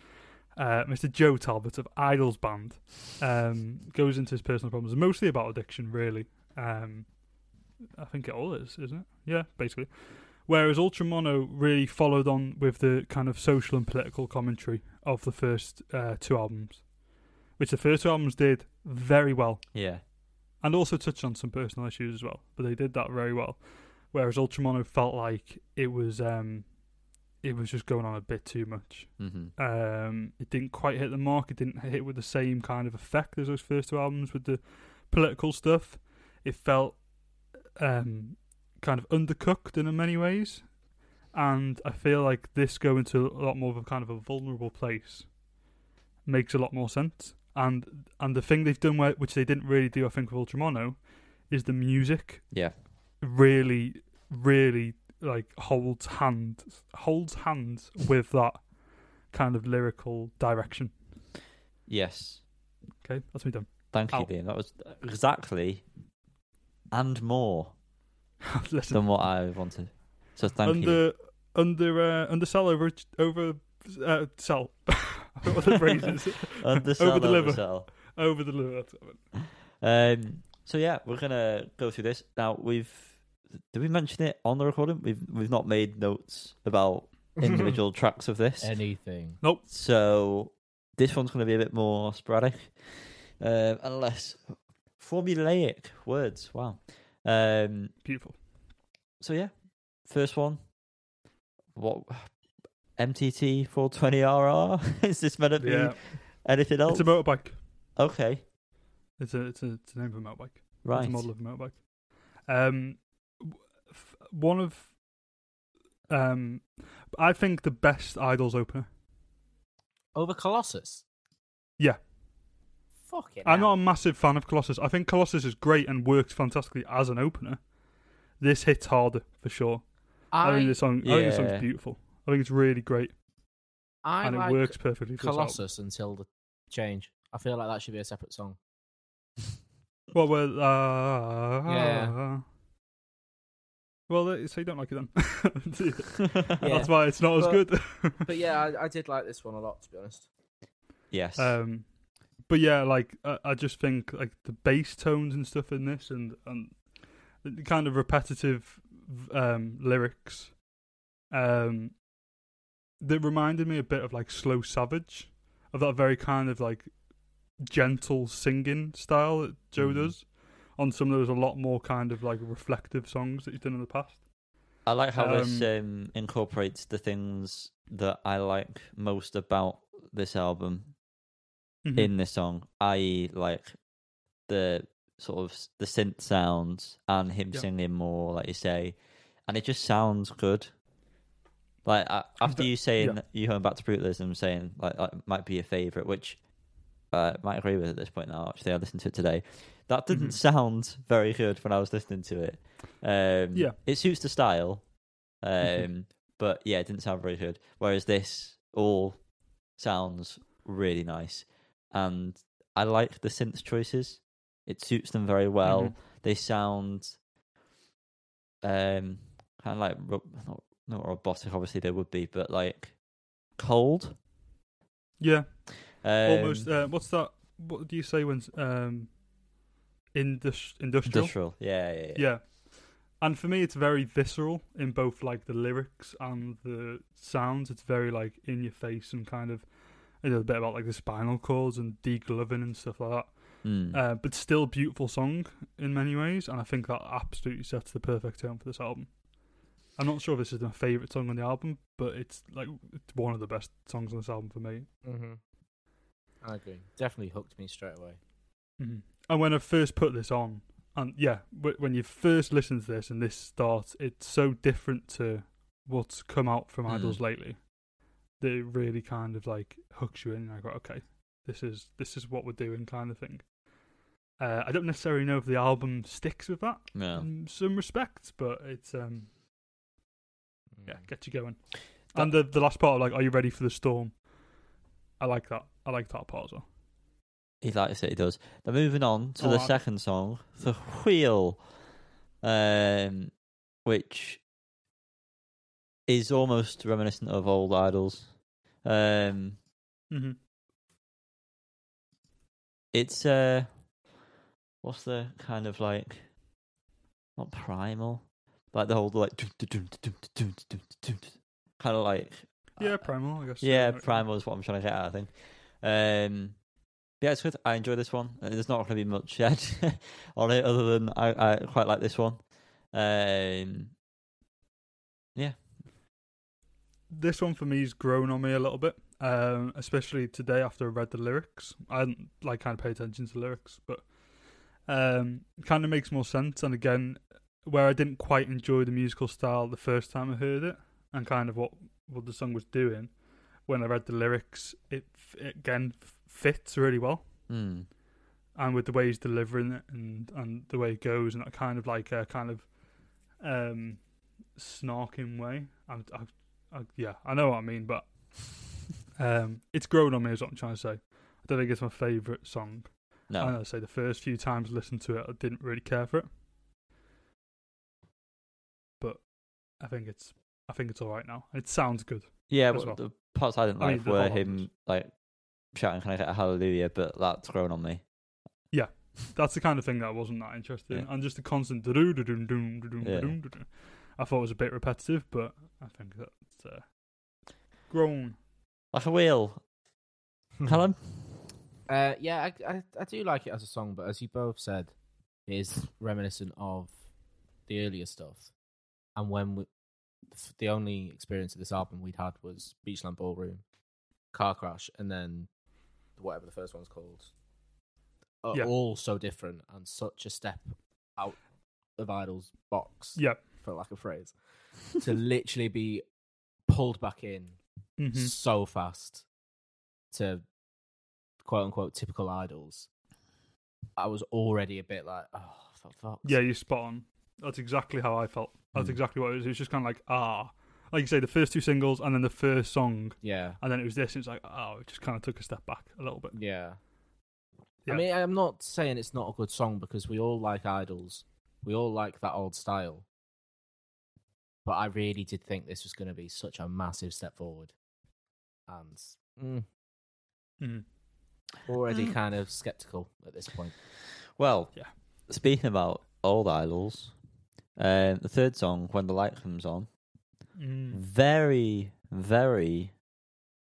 S3: uh, Mr. Joe Talbot of Idols Band. Um, goes into his personal problems, mostly about addiction, really. Um, I think it all is, isn't it? Yeah, basically. Whereas Ultramono really followed on with the kind of social and political commentary of the first uh, two albums, which the first two albums did very well
S2: yeah.
S3: and also touched on some personal issues as well. But they did that very well. Whereas Ultramono felt like it was um, it was just going on a bit too much.
S2: Mm-hmm.
S3: Um, it didn't quite hit the mark. It didn't hit with the same kind of effect as those first two albums with the political stuff. It felt um, kind of undercooked in many ways. And I feel like this going to a lot more of a kind of a vulnerable place makes a lot more sense. And and the thing they've done, where, which they didn't really do, I think, with Ultramono, is the music
S2: Yeah.
S3: really, really like holds hands holds hands with that kind of lyrical direction.
S2: Yes.
S3: Okay, that's me done.
S2: Thank you,
S3: Ow.
S2: Liam. That was exactly and more
S3: Listen,
S2: than what I wanted. So thank you.
S3: under under uh, undersell over over uh, sell. what the phrase is?
S2: Undersell,
S3: overdeliver.
S2: oversell.
S3: Over the lyrics. of it.
S2: Um, so yeah, we're gonna go through this now. We've did we mention it on the recording? We've we've not made notes about individual tracks of this,
S1: Anything.
S2: so this one's gonna be a bit more sporadic, um, and less formulaic words. Wow. Um,
S3: Beautiful.
S2: so yeah, first one. What MTT 420RR is this meant to be
S3: Yeah,
S2: anything else?
S3: it's a motorbike.
S2: okay,
S3: It's a it's a it's a name for a motorbike.
S2: right.
S3: It's a model of a motorbike. Um, w- f- one of, um, I think the best Idols opener.
S1: Over Colossus?
S3: Yeah.
S1: Fucking
S3: I'm not
S1: hell.
S3: a massive fan of Colossus. I think Colossus is great and works fantastically as an opener. This hits harder for sure. I, think
S1: I,
S3: this song. I think this
S2: Yeah.
S3: song's beautiful. I think it's really great
S1: I
S3: and
S1: like
S3: it works perfectly for Colossus.
S1: Colossus until the change. I feel like that should be a separate song.
S3: Well, well, uh,
S1: Yeah.
S3: Well, uh, so you don't like it then?
S1: Yeah.
S3: That's why it's not as
S1: But-
S3: good.
S1: But yeah, I, I did like this one a lot, to be honest.
S2: yes.
S3: Um, but yeah, like I, I just think like the bass tones and stuff in this, and and the kind of repetitive um, lyrics, um, that reminded me a bit of like Slow Savage, of that very kind of like gentle singing style that Joe
S2: Mhm.
S3: does. On some of those, a lot more kind of like reflective songs that he's done in the past.
S2: I like how this
S3: Um,
S2: um, incorporates the things that I like most about this album
S3: Mhm.
S2: in this song, i.e., like the sort of s- the synth sounds and him
S3: Yeah.
S2: singing more, like you say, and it just sounds good. Like a- after
S3: d-
S2: you saying
S3: yeah.
S2: you going back to brutalism, saying like, like might be your favorite, which uh, might agree with at this point now. Actually, I listened to it today. That didn't
S3: Mhm.
S2: sound very good when I was listening to it. Um,
S3: Yeah.
S2: it suits the style, um,
S3: Mhm.
S2: but yeah, it didn't sound very good. Whereas this all sounds really nice, and I like the synth choices. It suits them very well.
S3: Mhm.
S2: They sound um kind of like ro- not not robotic. Obviously, they would be, but like cold.
S3: yeah,
S2: Um,
S3: almost. Uh, what's that? What do you say when um, indus- industrial?
S2: industrial. Yeah, yeah, yeah.
S3: yeah and for me it's very visceral in both like the lyrics and the sounds it's very like in your face and kind of you know, a bit about like the spinal cords and degloving and stuff like that
S2: Mm.
S3: uh, but still beautiful song in many ways, and I think that absolutely sets the perfect tone for this album. I'm not sure if this is my favorite song on the album, but it's like it's one of the best songs on this album for me.
S1: Mm-hmm. I agree. Definitely hooked me straight away.
S2: Mm-hmm.
S3: And when I first put this on, and yeah, wh- when you first listen to this and this starts, it's so different to what's come out from
S2: Mm.
S3: idols lately. That it really kind of like hooks you in. And I go, okay, this is this is what we're doing, kind of thing. Uh, I don't necessarily know if the album sticks with that
S2: No.
S3: in some respects, but it's um yeah,
S1: Mm.
S3: get you going.
S2: That-
S3: and the the last part, like, are you ready for the storm? I like that. I like that part as well.
S2: He likes it, he does. Now moving on to the
S3: Oh, I-
S2: second song, The Wheel, um, which is almost reminiscent of old idols. Um,
S3: Mm-hmm.
S2: it's uh, what's the kind of like, not primal, like the whole like kind of like
S3: Yeah,
S2: uh,
S3: primal. I guess.
S2: Yeah,
S3: Uh,
S2: Primal is what I'm trying to get at, I think. Um, yeah, it's good. I enjoy this one. Uh, There's not going to be much said on it other than I, I quite like this one. Um,
S3: this one for me's grown on me a little bit. Um, especially today after I read the lyrics. I didn't like kind of pay attention to the lyrics, but um kind of makes more sense and again where I didn't quite enjoy the musical style the first time I heard it and kind of what what the song was doing when I read the lyrics it, f- it again f- fits really well
S2: hmm,
S3: and with the way he's delivering it and and the way it goes and that kind of like a kind of um snarking way I, I, I yeah i know what i mean but um it's grown on me is what i'm trying to say i don't think it's my favorite song
S2: no.
S3: and i say the first few times i listened to it i didn't really care for it but i think it's i think it's all right now it sounds good
S2: yeah,
S3: as
S2: but
S3: well.
S2: the parts I didn't
S3: I mean,
S2: like
S3: the
S2: were
S3: whole
S2: him,
S3: album.
S2: like, shouting, Can I get a hallelujah? But that's grown on me.
S3: Yeah. that's the kind of thing that I wasn't that interested in.
S2: Yeah.
S3: And just the constant doo doo doo doo doo
S2: Yeah.
S3: doo doo. I thought it was a bit repetitive, but I think that's uh, grown.
S2: Like a wheel. Callum?
S1: Uh, yeah, I, I I do like it as a song, but as you both said, it is reminiscent of the earlier stuff. And when we, the only experience of this album we'd had was Beachland Ballroom, Car Crash, and then whatever the first one's called. Are
S3: Yeah.
S1: All so different and such a step out of Idol's box,
S3: Yeah.
S1: for lack of phrase, to literally be pulled back in
S3: Mm-hmm.
S1: so fast to quote unquote typical idols. I was already a bit like, oh, for fuck's
S3: Yeah, you're spot on. That's exactly how I felt. That's
S2: Mm.
S3: exactly what it was. It was just kind of like, ah. Like you say, the first two singles and then the first song,
S1: yeah,
S3: and then it was this. And it's like, oh, it just kind of took a step back a little bit.
S1: yeah.
S3: Yeah.
S1: I mean, I'm not saying it's not a good song because we all like idols, we all like that old style. But I really did think this was going to be such a massive step forward, and mm,
S3: Mm.
S1: already
S2: Mm.
S1: kind of skeptical at this point.
S2: Well,
S3: Yeah.
S2: speaking about old idols, uh, the third song, When the Light Comes On,
S1: Hmm.
S3: Mm.
S2: very, very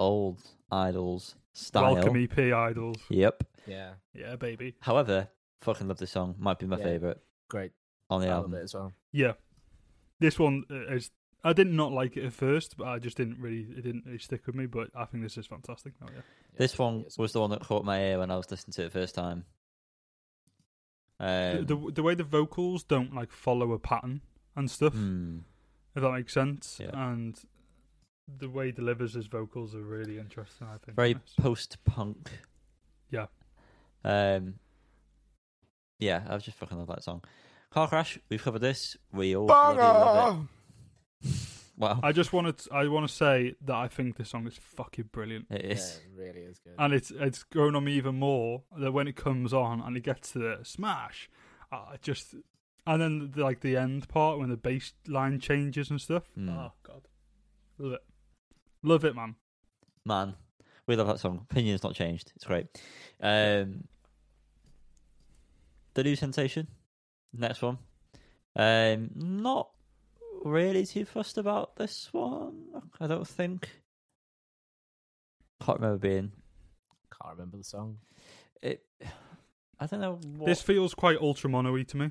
S2: old idols style.
S1: E-
S3: Welcome EP Idols.
S2: Yep.
S1: Yeah,
S3: Yeah, baby.
S2: However, fucking love this song. Might be my
S1: Yeah.
S2: favorite
S1: great.
S2: on the
S1: I love
S2: album.
S1: it as well.
S3: Yeah, this one uh, is. I did not like it at first, but I just didn't really. It didn't really stick with me. But I think this is fantastic. Now, yeah.
S1: Yeah,
S2: This one
S1: it's-
S2: was the one that caught my ear when I was listening to it first time. Um,
S3: the, the the way the vocals don't like follow a pattern and stuff,
S2: hmm.
S3: if that makes sense,
S2: Yeah.
S3: and the way he delivers his vocals are really interesting. I think
S2: very
S3: on this.
S2: post-punk.
S3: Yeah.
S2: Um. Yeah, I just fucking love that song. Car crash. We've covered this. We all bloody love it. wow.
S3: I just wanted. To, I want to say that I think this song is fucking brilliant,
S2: It
S1: Yeah,
S2: is.
S1: it really is good.
S3: and it's it's grown on me even more that when it comes on and it gets to the smash, I just and then the, like the end part when the bass line changes and stuff.
S2: Mm.
S3: Oh god, love it, love it, man.
S2: man, we love that song. Opinion's not changed. It's great. Um, the new sensation, next one. Um, not really too fussed about this one. I don't think. Can't remember being
S1: Can't remember the song.
S2: it. I don't know. What...
S3: This feels quite ultra mono-y to me.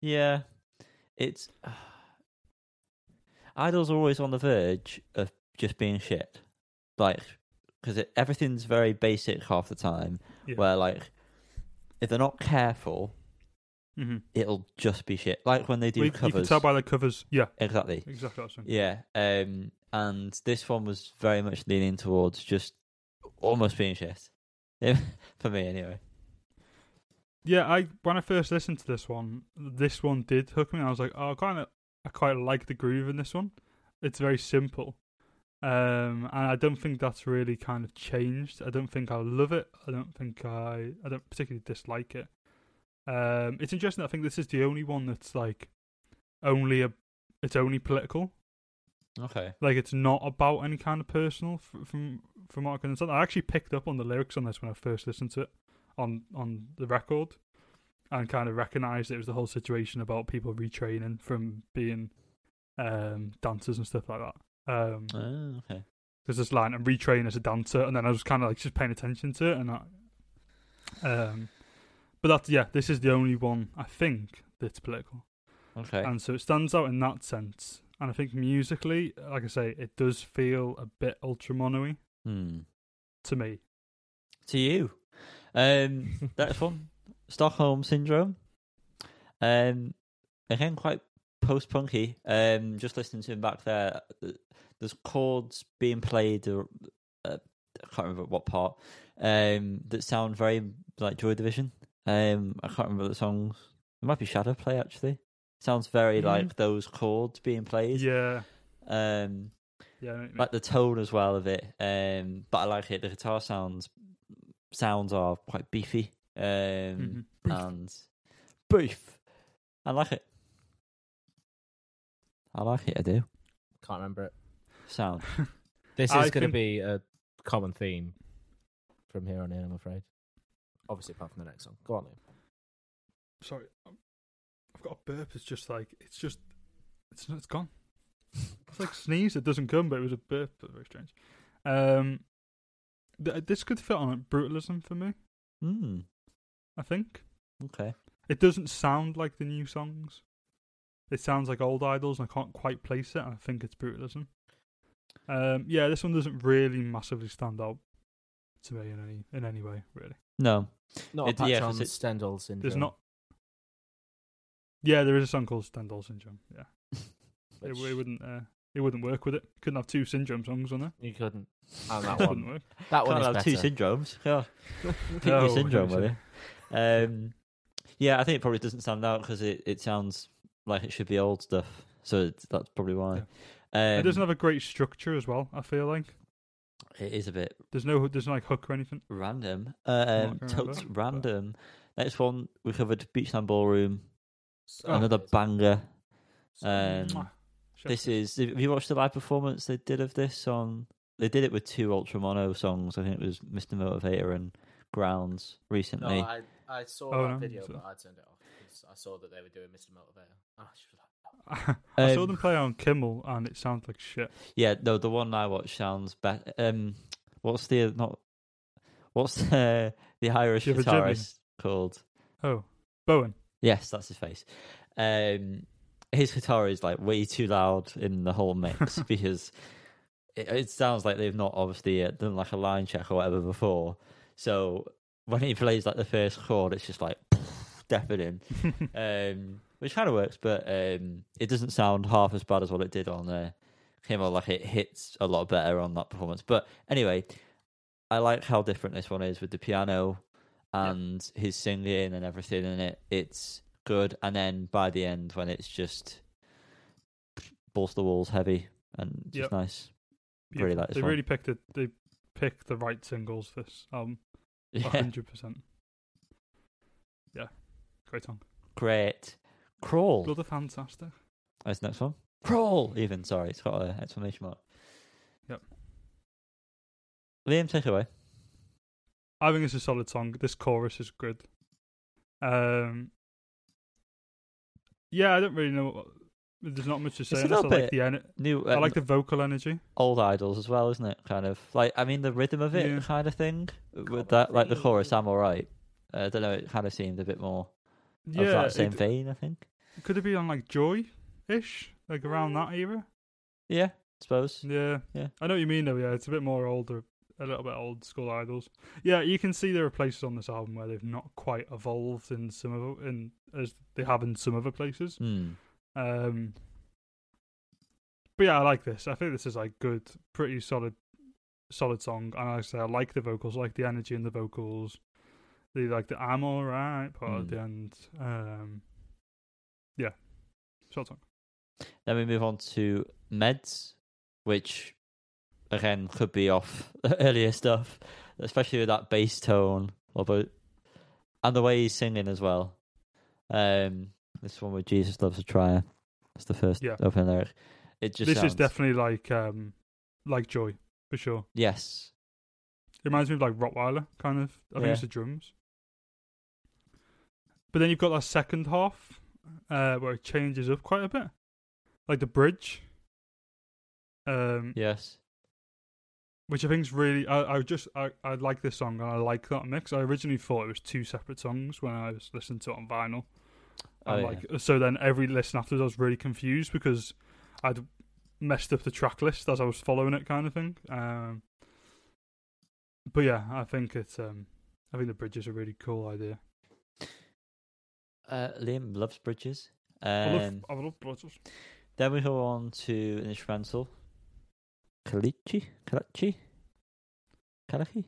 S2: Yeah, it's Idol's always on the verge of just being shit, like because everything's very basic half the time.
S3: Yeah.
S2: Where like if they're not careful,
S3: Mm-hmm.
S2: it'll just be shit. Like when they do
S3: you, you can
S2: covers,
S3: tell by the covers. Yeah,
S2: exactly.
S3: exactly. What I was saying.
S2: Yeah, um, and this one was very much leaning towards just almost being shit for me, anyway.
S3: Yeah, I when I first listened to this one, this one did hook me. I was like, oh, I kind of, I quite like the groove in this one. It's very simple, um, and I don't think that's really kind of changed. I don't think I love it. I don't think I, I don't particularly dislike it. Um, it's interesting. that I think this is the only one that's like only a, it's only political.
S2: Okay.
S3: Like it's not about any kind of personal f- from from what I can understand. I actually picked up on the lyrics on this when I first listened to it on on the record, and kind of recognised it was the whole situation about people retraining from being um dancers and stuff like that. Um,
S2: Oh, okay.
S3: there's this line and retrain as a dancer, and then I was kind of like just paying attention to it, and I, um, but that's yeah, this is the only one I think that's political.
S2: Okay.
S3: And so it stands out in that sense. And I think musically, like I say, it does feel a bit ultra mono
S2: hmm.
S3: to me.
S2: To you. Um, next one, Stockholm Syndrome. Um, again, quite post punky. Um, just listening to him back there, uh, there's chords being played. Uh, uh, I can't remember what part. Um, that sound very like Joy Division. Um, I can't remember the songs. It might be Shadow Play actually. Sounds very
S3: Mhm.
S2: like those chords being played.
S3: Yeah.
S2: Um,
S3: Yeah. I know what
S1: Mm.
S3: you mean.
S2: like the tone as well of it. Um, but I like it. The guitar sounds sounds are quite beefy um, uh,
S3: Mhm.
S1: Mm-hmm.
S2: and beef. I like it. I like it. I do.
S1: Can't remember it.
S2: Sound.
S1: This is
S3: I
S1: going to
S3: think-
S1: be a common theme from here on in, I'm afraid. Obviously, apart from the next song. Go on, Liam.
S3: Sorry. I'm- I've got a burp. It's just like, it's just, it's, it's gone. It's like sneeze. It doesn't come, but it was a burp. But very strange. Um, th- this could fit on like, brutalism for me,
S2: Mm,
S3: I think.
S2: okay.
S3: It doesn't sound like the new songs. It sounds like old idols, and I can't quite place it. and I think it's brutalism. Um, yeah, this one doesn't really massively stand out to me in any in any way, really.
S2: No.
S1: Not a
S2: It-
S1: patch
S2: yeah, 'cause
S1: on
S2: it-
S1: Stendhal syndrome.
S3: There's not. Yeah, there is a song called Stendhal Syndrome. Yeah, it,
S1: which
S3: it wouldn't uh, it wouldn't work with it. Couldn't have two syndrome songs on there.
S1: You couldn't. And that
S3: That
S1: one.
S3: wouldn't work.
S1: That one
S2: Can't
S1: is
S2: have
S1: better.
S2: two syndromes. God. Pick
S3: No,
S2: your syndrome,
S3: no,
S2: will you? Um, yeah, I think it probably doesn't stand out because it, it sounds like it should be old stuff. So it's, that's probably why. Um,
S3: it doesn't have a great structure as well. I feel like
S2: it is a bit
S3: there's no there's no like hook or anything.
S2: random.
S3: I
S2: Um,
S3: can remember,
S2: totes
S3: but-
S2: random. Next one we covered Beachland Ballroom.
S1: Oh,
S2: another
S1: amazing.
S2: banger.
S1: So-
S2: Um,
S3: Mwah. Chef's
S2: this is. Have you watched the live performance they did of this on? They did it with two Ultra Mono songs. I think it was Mr. Motivator and Grounds
S1: No,
S2: recently.
S1: I, I saw
S3: Oh,
S1: that
S3: no,
S1: video,
S3: so-
S1: but I turned it off. 'cause I saw that they were doing Mr. Motivator. Ah, she was like,
S3: I saw
S2: Um,
S3: them play on Kimmel, and it sounds like shit.
S2: Yeah, no, the one I watched sounds better. Um, what's the not? What's uh, the Irish
S3: Give a Jimmy.
S2: guitarist called?
S3: Oh, Bowen.
S2: Yes, that's his face. Um, his guitar is like way too loud in the whole mix because it, it sounds like they've not obviously uh, done like a line check or whatever before. So when he plays like the first chord, it's just like deafening, um, which kind of works, but um, it doesn't sound half as bad as what it did on uh, Kimmel. Like it hits a lot better on that performance. But anyway, I like how different this one is with the piano and his singing and everything in it. It's good, and then by the end, when it's just balls to the walls heavy and just
S3: Yep.
S2: nice. Really like this
S3: they
S2: one.
S3: really picked it. They picked the right singles for this album,
S2: Yeah,
S3: hundred percent. Yeah, great song.
S2: great. Crawl.
S3: Blood of fantastic.
S2: That's the next one. Crawl. Even sorry, it's got an exclamation mark.
S3: Yep.
S2: Liam, take it away.
S3: I think it's a solid song. This chorus is good. Um, yeah, I don't really know. What, there's not much to
S2: a
S3: say. on this. I
S2: little
S3: like
S2: bit-
S3: the en-
S2: New.
S3: I
S2: uh,
S3: like the vocal energy.
S2: old idols as well, isn't it? Kind of like I mean the rhythm of it,
S3: Yeah.
S2: kind of thing. With
S1: Common
S2: that, like the
S1: theme.
S2: chorus, I'm alright. Uh, I don't know. It kind of seemed a bit more of
S3: Yeah,
S2: that same
S3: it-
S2: vein. I think.
S3: could it be on like Joy ish, like around
S2: Mm.
S3: that era?
S2: Yeah, suppose.
S3: Yeah,
S2: Yeah.
S3: I know what you mean though. Yeah, it's a bit more older, a little bit old school idols. Yeah, you can see there are places on this album where they've not quite evolved in some of in as they have in some other places.
S2: Hmm.
S3: Um, but yeah, I like this. I think this is like good, pretty solid, solid song. And like I say I like the vocals, I like the energy in the vocals, the like the "I'm alright" part at
S2: Mm.
S3: the end. Um, yeah, solid song.
S2: Then we move on to meds, which again could be off earlier stuff, especially with that bass tone, although and the way he's singing as well. Um, this one with Jesus loves a trier. That's the first
S3: Yeah.
S2: opening lyric. It just
S3: this
S2: sounds,
S3: is definitely like um, like Joy for sure.
S2: yes,
S3: It reminds me of like Rottweiler kind of. I think
S2: Yeah.
S3: it's the drums. But then you've got that second half uh, where it changes up quite a bit, like the bridge. Um,
S2: yes,
S3: which I think's really. I, I just I, I like this song and I like that mix. I originally thought it was two separate songs when I was listening to it on vinyl.
S2: Oh,
S3: And
S2: yeah.
S3: like so, then every listen afterwards, I was really confused because I'd messed up the track list as I was following it, kind of thing. Um, but yeah, I think it's. Um, I think the bridge is a really cool idea.
S2: uh, Liam loves bridges.
S3: I love.
S2: Um,
S3: I love bridges.
S2: Then we go on to an instrumental. Kalichi? Kalachi? Kalachi?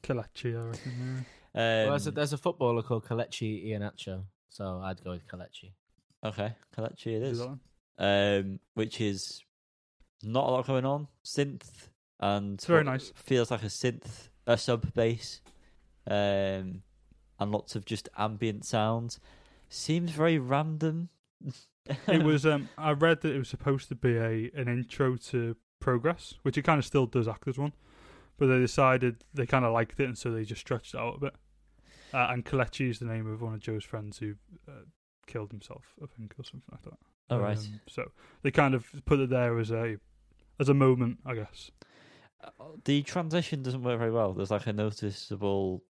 S3: Kalachi, I reckon.
S1: well, there's a,
S2: Um,
S1: there's a footballer called Kalechi Iheanacho, so I'd go with Kalechi.
S2: Okay, Kalachi it
S3: Yeah.
S2: is.
S3: Is that one?
S2: um, which is not a lot going on. Synth and
S3: It's very
S2: what
S3: nice.
S2: Feels like a synth, a sub bass, um, and lots of just ambient sounds. Seems very random.
S3: it was um I read that it was supposed to be a an intro to Progress, which it kind of still does act as one, but they decided they kind of liked it and so they just stretched it out a bit. Uh, and Kalechi is the name of one of Joe's friends who uh, killed himself, I think, or something like that.
S2: all Oh, right.
S3: Um, so they kind of put it there as a as a moment, I guess.
S2: Uh, The transition doesn't work very well. There's like a noticeable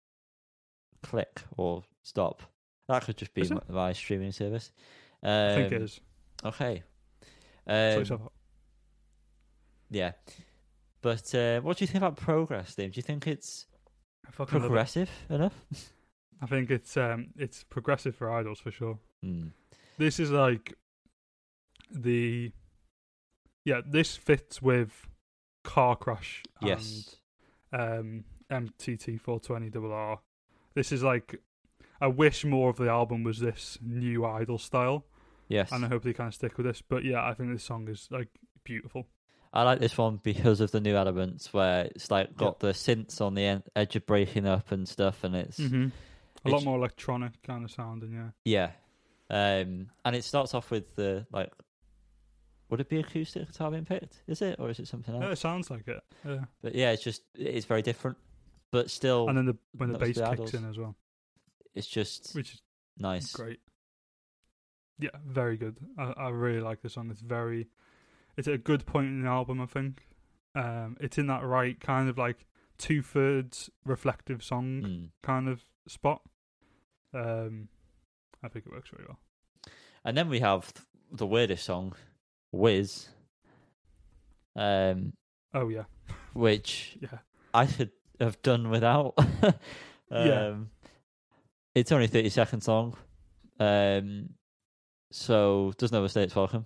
S2: click or stop. That could just be
S3: Is
S2: my,
S3: it?
S2: my streaming service. Um,
S3: I think it is.
S2: Okay.
S3: Sort
S2: Um,
S3: yourself out.
S2: Yeah. But uh, what do you think about progress, Liam? Do you think it's
S3: I fucking love it.
S2: progressive enough?
S3: I think it's um it's progressive for idols for sure.
S2: Mm.
S3: this is like the yeah this fits with car crash and,
S2: Yes.
S3: um mtt 420 r this is like i wish more of the album was this new idol style
S2: Yes.
S3: and i hope they kind of stick with this but yeah i think this song is like beautiful
S2: I like this one because of the new elements where it's like got the synths on the en- edge of breaking up and stuff, and it's
S3: mm-hmm. a
S2: It's-
S3: lot more electronic kind of sound and yeah
S2: yeah, um, and it starts off with the like. Would it be acoustic guitar being picked? Is it, or is it something else?
S3: Yeah, it sounds like it yeah
S2: But yeah, it's just it's very different, but still,
S3: and then the when the
S2: that's
S3: bass
S2: the
S3: kicks
S2: idols.
S3: in as well
S2: it's just
S3: which is
S2: nice.
S3: Great. Yeah, very good. I, I really like this song. It's very, it's at a good point in the album. I think um, it's in that right kind of like two thirds reflective song
S2: Mm.
S3: kind of spot. Um, I think it works really well.
S2: And then we have th- the weirdest song, Whiz, um,
S3: Oh yeah,
S2: which
S3: yeah.
S2: I could have done without.
S3: Yeah.
S2: Um, It's only 30 seconds long, um, so there's no mistakes welcome.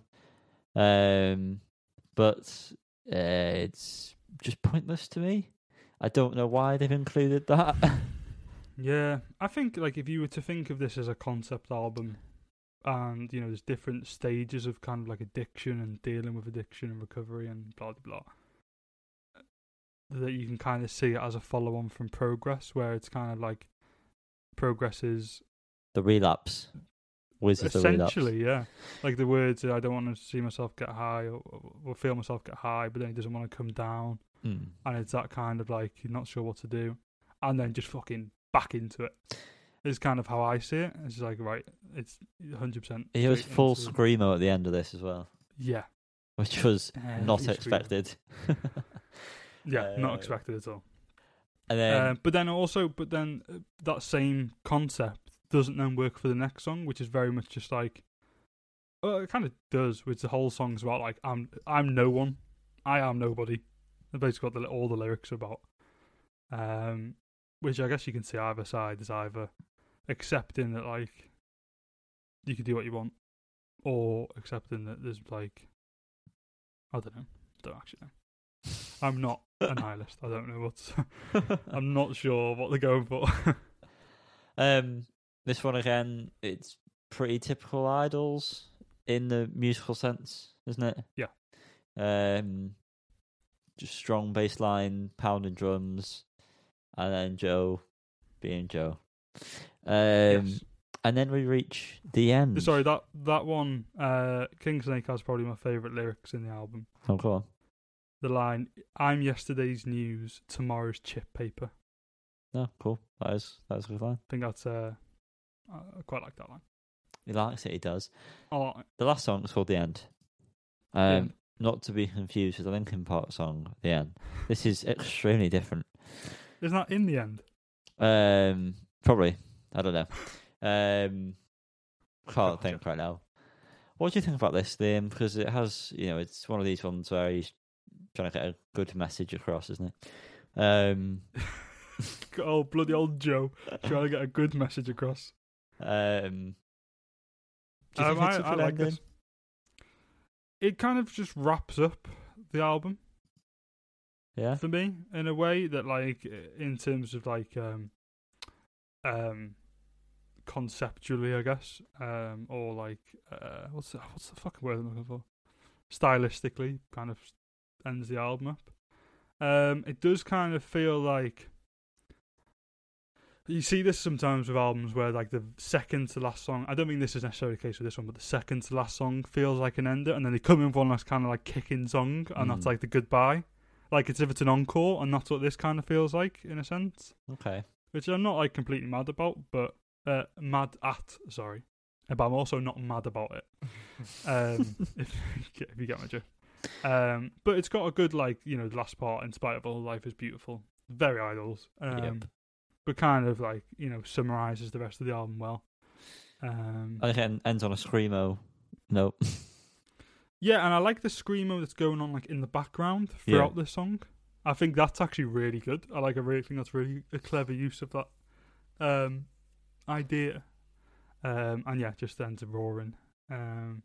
S2: Um, but uh, it's just pointless to me. I don't know why they've included that.
S3: Yeah, I think like if you were to think of this as a concept album, and you know, there's different stages of kind of like addiction and dealing with addiction and recovery and blah blah blah. That you can kind of see it as a follow-on from Progress, where it's kind of like Progress is
S2: the relapse. Whiz is the relapse.
S3: essentially, yeah, like the words uh, "I don't want to see myself get high" or, or feel myself get high, but then he doesn't want to come down
S2: Mm.
S3: and it's that kind of like you're not sure what to do, and then just fucking back into it. Is kind of how I see it. It's like right, it's 100. percent
S2: He was full screamo at the end of this as well,
S3: Yeah,
S2: which was
S3: Uh,
S2: not
S3: full screamo.
S2: expected.
S3: yeah,
S2: Uh,
S3: not expected at all.
S2: And then
S3: Um, but then also, but then uh, that same concept doesn't then work for the next song, which is very much just like, well, it kind of does. Which the whole song's about like, I'm I'm no one, I am nobody. That's basically what the, all the lyrics are about. Um, which I guess you can see either side is either accepting that like you can do what you want, or accepting that there's like, I don't know, don't actually know. I'm not a nihilist. I don't know what's. I'm not sure what they're going for.
S2: Hmm. Um, this one again, it's pretty typical idols in the musical sense, isn't it?
S3: Yeah.
S2: Um, just strong bass line, pounding drums, and then Joe being Joe. Um,
S3: Yes.
S2: and then we reach the end.
S3: Sorry, that that one, uh, King Snake has probably my favourite lyrics in the album.
S2: Oh, go on.
S3: The line, "I'm yesterday's news, tomorrow's chip paper."
S2: No, cool. That is that is a good line.
S3: I think that's. Uh, I quite like that line. Oh,
S2: He likes it. He does.
S3: I like
S2: The last song is called "The End." Um,
S3: Yeah.
S2: not to be confused with the Linkin Park song "The End." This is extremely different.
S3: Isn't that in the end?
S2: Um, probably. I don't know. Um, can't
S3: Gotcha.
S2: think right now. What do you think about this, Liam? Because it has, you know, it's one of these ones where he's trying to get a good message across, isn't it? Um,
S3: oh bloody old Joe trying to get a good message across.
S2: um, do you
S3: Um,
S2: think it's
S3: I,
S2: a
S3: I
S2: good
S3: like
S2: ending?
S3: this. It kind of just wraps up the album.
S2: Yeah.
S3: for me in a way that like in terms of like um um conceptually i guess um or like uh what's the, what's the fucking word i'm looking for stylistically kind of ends the album up um it does kind of feel like you see this sometimes with albums where like the second to last song i don't think this is necessarily the case with this one but the second to last song feels like an ender and then they come in with one last kind of like kicking song
S2: Mm.
S3: and that's like the goodbye like it's if it's an encore and that's what this kind of feels like in a sense
S2: Okay.
S3: which i'm not like completely mad about but uh mad at sorry but i'm also not mad about it um if, if you get my drift um but it's got a good like you know the last part in spite of all life is beautiful very idols um
S2: Yep.
S3: but kind of like you know summarizes the rest of the album well um
S2: And again, ends on a screamo. Nope.
S3: Yeah, and I like the screamo that's going on like in the background throughout this song. I think that's actually really good. I like. I really think that's really a clever use of that um, idea. Um, and yeah, just ends up roaring. Um,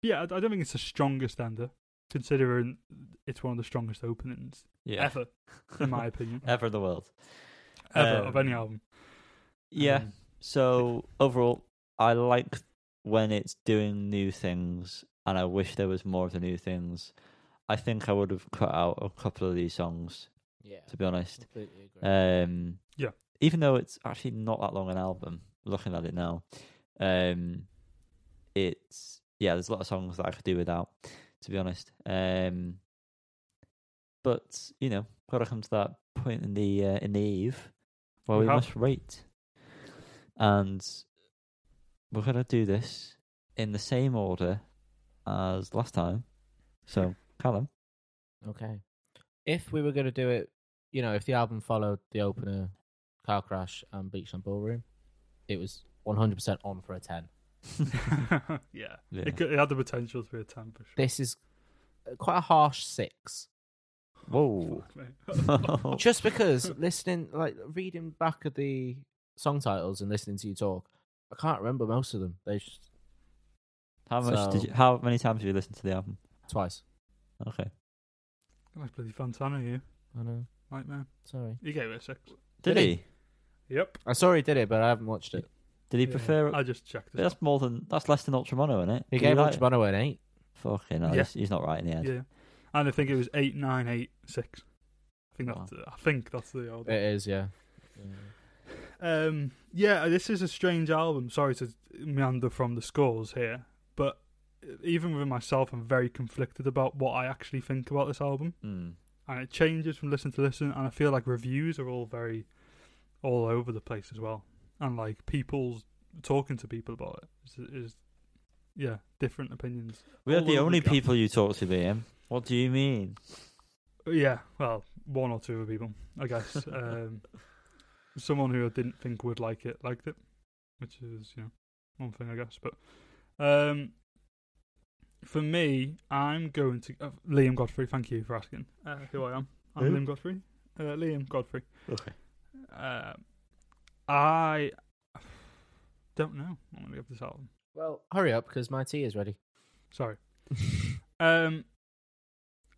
S3: yeah, I, I don't think it's the strongest ender, considering it's one of the strongest openings
S2: Yeah.
S3: ever, in my opinion,
S2: Ever in the world.
S3: ever
S2: Um,
S3: of any album.
S2: Yeah.
S3: Um,
S2: So overall, I like when it's doing new things, and I wish there was more of the new things. I think I would have cut out a couple of these songs,
S1: Yeah,
S2: to be honest.
S1: completely agree.
S2: Um,
S3: Yeah.
S2: Even though it's actually not that long an album, looking at it now, um, it's yeah. There's a lot of songs that I could do without, to be honest. Um, but you know, gotta come to that point in the uh, in the eve where
S3: We
S2: we
S3: have.
S2: must rate, and we're gonna do this in the same order as last time. So, Callum,
S1: Okay. If we were going to do it, you know, if the album followed the opener, Car Crash, and Beachland Ballroom, it was 100% on for a 10.
S3: Um, yeah,
S2: yeah.
S3: It, could, it had the potential to be a ten for sure.
S1: This is uh, quite a harsh six.
S2: whoa.
S3: Fuck me.
S1: Just because listening, like reading back at the song titles and listening to you talk, I can't remember most of them. They just
S2: How much did
S1: So-
S2: you, how many times have you listened to the album?
S1: twice.
S2: Okay.
S3: like bloody Fantana, you
S1: I know.
S3: nightmare.
S1: Sorry.
S3: You gave it a six.
S2: Did,
S1: Did
S2: he?
S1: he?
S3: Yep.
S1: I sorry did it, but I haven't watched it.
S2: Did he
S3: Yeah,
S2: prefer
S3: I just checked. It.
S2: that's more than that's less than Ultramono, isn't it?
S1: He
S2: Did
S1: gave
S2: like-
S1: Ultra Bono an eight.
S2: Fucking hell,
S3: Yeah.
S2: he's, he's not right in the end.
S3: Yeah, and I think it was eight nine eight six. I think
S2: Wow.
S3: that's I think that's the order.
S1: It is, yeah.
S3: Um, yeah, this is a strange album. Sorry to meander from the scores here, but even within myself, I'm very conflicted about what I actually think about this album,
S2: Mm.
S3: and it changes from listen to listen. And I feel like reviews are all very all over the place as well, and like people's talking to people about it is, is yeah different opinions.
S2: We're
S3: All
S2: the
S3: over
S2: only
S3: the gap.
S2: people you talk to, Liam. What do you mean?
S3: Yeah, well, one or two other people, I guess. um, someone who I didn't think would like it liked it, which is you know one thing I guess. But um, for me, I'm going to uh, Liam Godfrey. Thank you for asking uh, who I am. I'm
S2: Who?
S3: Liam Godfrey. Uh, Liam Godfrey.
S2: Okay.
S3: Uh, I don't know. I'm going to give this album.
S1: Well, hurry up because my tea is ready.
S3: Sorry. Um,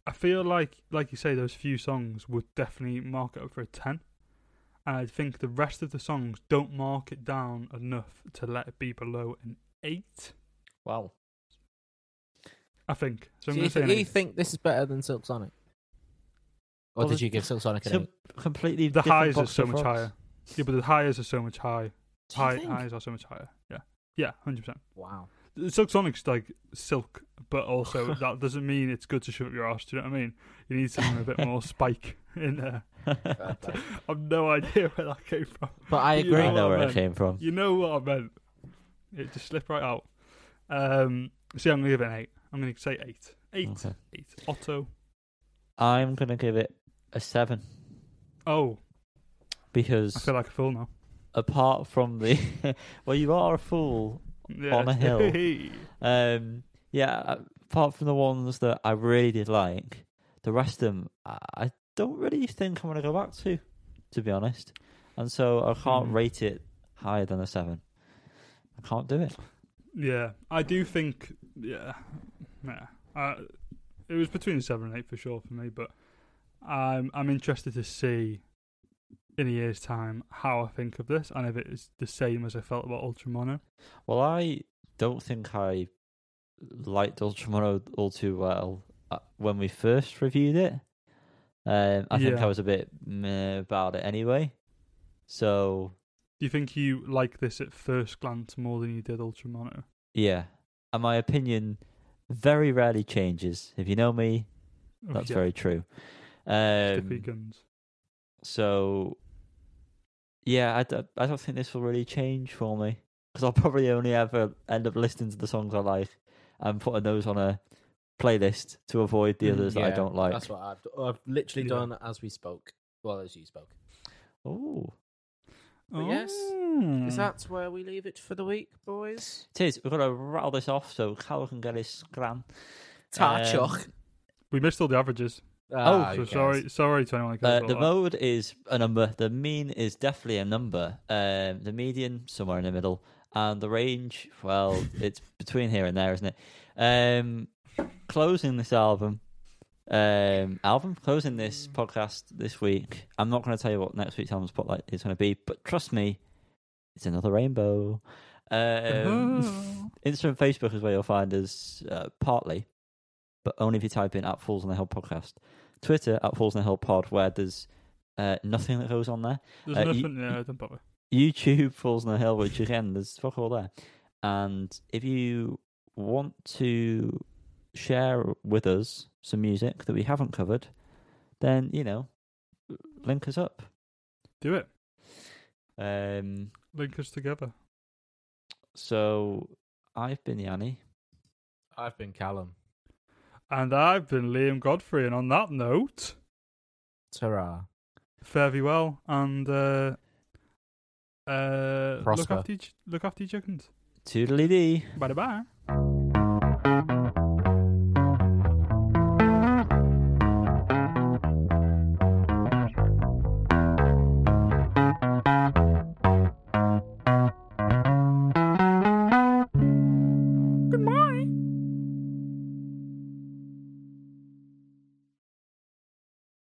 S3: I feel like, like you say, those few songs would definitely mark it up for a ten, and I think the rest of the songs don't mark it down enough to let it be below an eight.
S2: Wow.
S3: I think. So I'm
S1: Do you,
S3: going to say an
S1: th- you
S3: eight.
S1: think this is better than Silk Sonic? Or
S2: Well,
S1: did
S2: the-
S1: you give Silk Sonic an
S2: So
S1: eight?
S2: completely
S3: the
S2: different
S3: highs are
S2: box
S3: so
S2: of
S3: much
S2: rocks.
S3: higher. Yeah, but the highs are so much high.
S2: Do you
S3: high
S2: think?
S3: highs are so much higher. Yeah, yeah, hundred percent.
S1: Wow.
S3: Silk Sonic's like silk, but also that doesn't mean it's good to shove up your ass. Do you know what I mean? You need something with a bit more spike in there. I've no idea where that came from.
S1: But I
S3: You
S1: agree.
S2: I
S3: know
S2: know
S3: what I
S2: where it
S3: meant.
S2: came from.
S3: You know what I meant. It just slipped right out. Um, see, I'm gonna give it an eight. I'm gonna say eight. Eight.
S2: Okay.
S3: Eight. Otto.
S2: I'm gonna give it a seven
S3: Oh, I
S2: because
S3: feel like a fool now.
S2: apart from the well, you are a fool.
S3: Yeah.
S2: On a hill. Um, yeah, apart from the ones that I really did like, the rest of them I I don't really think I'm gonna go back to, to be honest. And so I can't
S3: Hmm.
S2: rate it higher than a seven. I can't do it.
S3: yeah, I do think. Yeah, yeah. I, it was between seven and eight for sure for me, but I'm I'm interested to see in a year's time how I think of this and if it is the same as I felt about Ultramono.
S2: Well, I don't think I liked Ultramono all too well uh, when we first reviewed it. Um, I think
S3: Yeah.
S2: I was a bit meh about it anyway. So
S3: Do you think you like this at first glance more than you did Ultramono?
S2: yeah, and my opinion very rarely changes. If you know me,
S3: Oh,
S2: that's
S3: yeah,
S2: very true.
S3: Stiffy
S2: Um,
S3: guns.
S2: so yeah, I, d- I don't think this will really change for me because I'll probably only ever end up listening to the songs I like and putting those on a playlist to avoid the
S3: Mm,
S2: others that I
S1: Yeah,
S2: don't like.
S1: That's what I've, d- I've literally
S3: Yeah.
S1: done as we spoke. Well, as you spoke.
S2: Oh,
S1: But yes, Is
S2: Mm.
S3: Oh.
S1: that where we leave it for the week, boys?
S2: it is. We're gonna rattle this off so Cal can get his scram.
S1: Tarchoch.
S3: we missed all the averages?
S1: Um,
S3: Oh,
S1: Ah,
S3: so
S1: who cares?
S3: sorry, sorry to anyone. that cares
S2: Uh,
S3: about
S2: the
S3: that.
S2: mode is a number. The mean is definitely a number. Um, the median somewhere in the middle, and the range. Well, it's between here and there, isn't it? Um, closing this album, um, album closing this podcast this week. I'm not going to tell you what next week's album spotlight is going to be, but trust me, it's another rainbow. Um, Instagram, and Facebook is where you'll find us uh, partly, but only if you type in at Fools on the Hill podcast. Twitter at Fools on the Hill pod, where there's uh, nothing that goes on there.
S3: There's
S2: uh, you-
S3: nothing. yeah, don't bother.
S2: YouTube Fools on the Hill, which again, there's fuck all there. And if you want to share with us some music that we haven't covered, then you know, link us up.
S3: Do it.
S2: Um,
S3: Link us together.
S2: so I've been Yanni.
S1: I've been Callum.
S3: And I've been Liam Godfrey, and on that note,
S1: Ta-ra.
S3: fare thee well, and uh, uh, look
S1: Prosper.
S3: after each, look after your chickens.
S2: Toodly dee.
S3: Bye bye.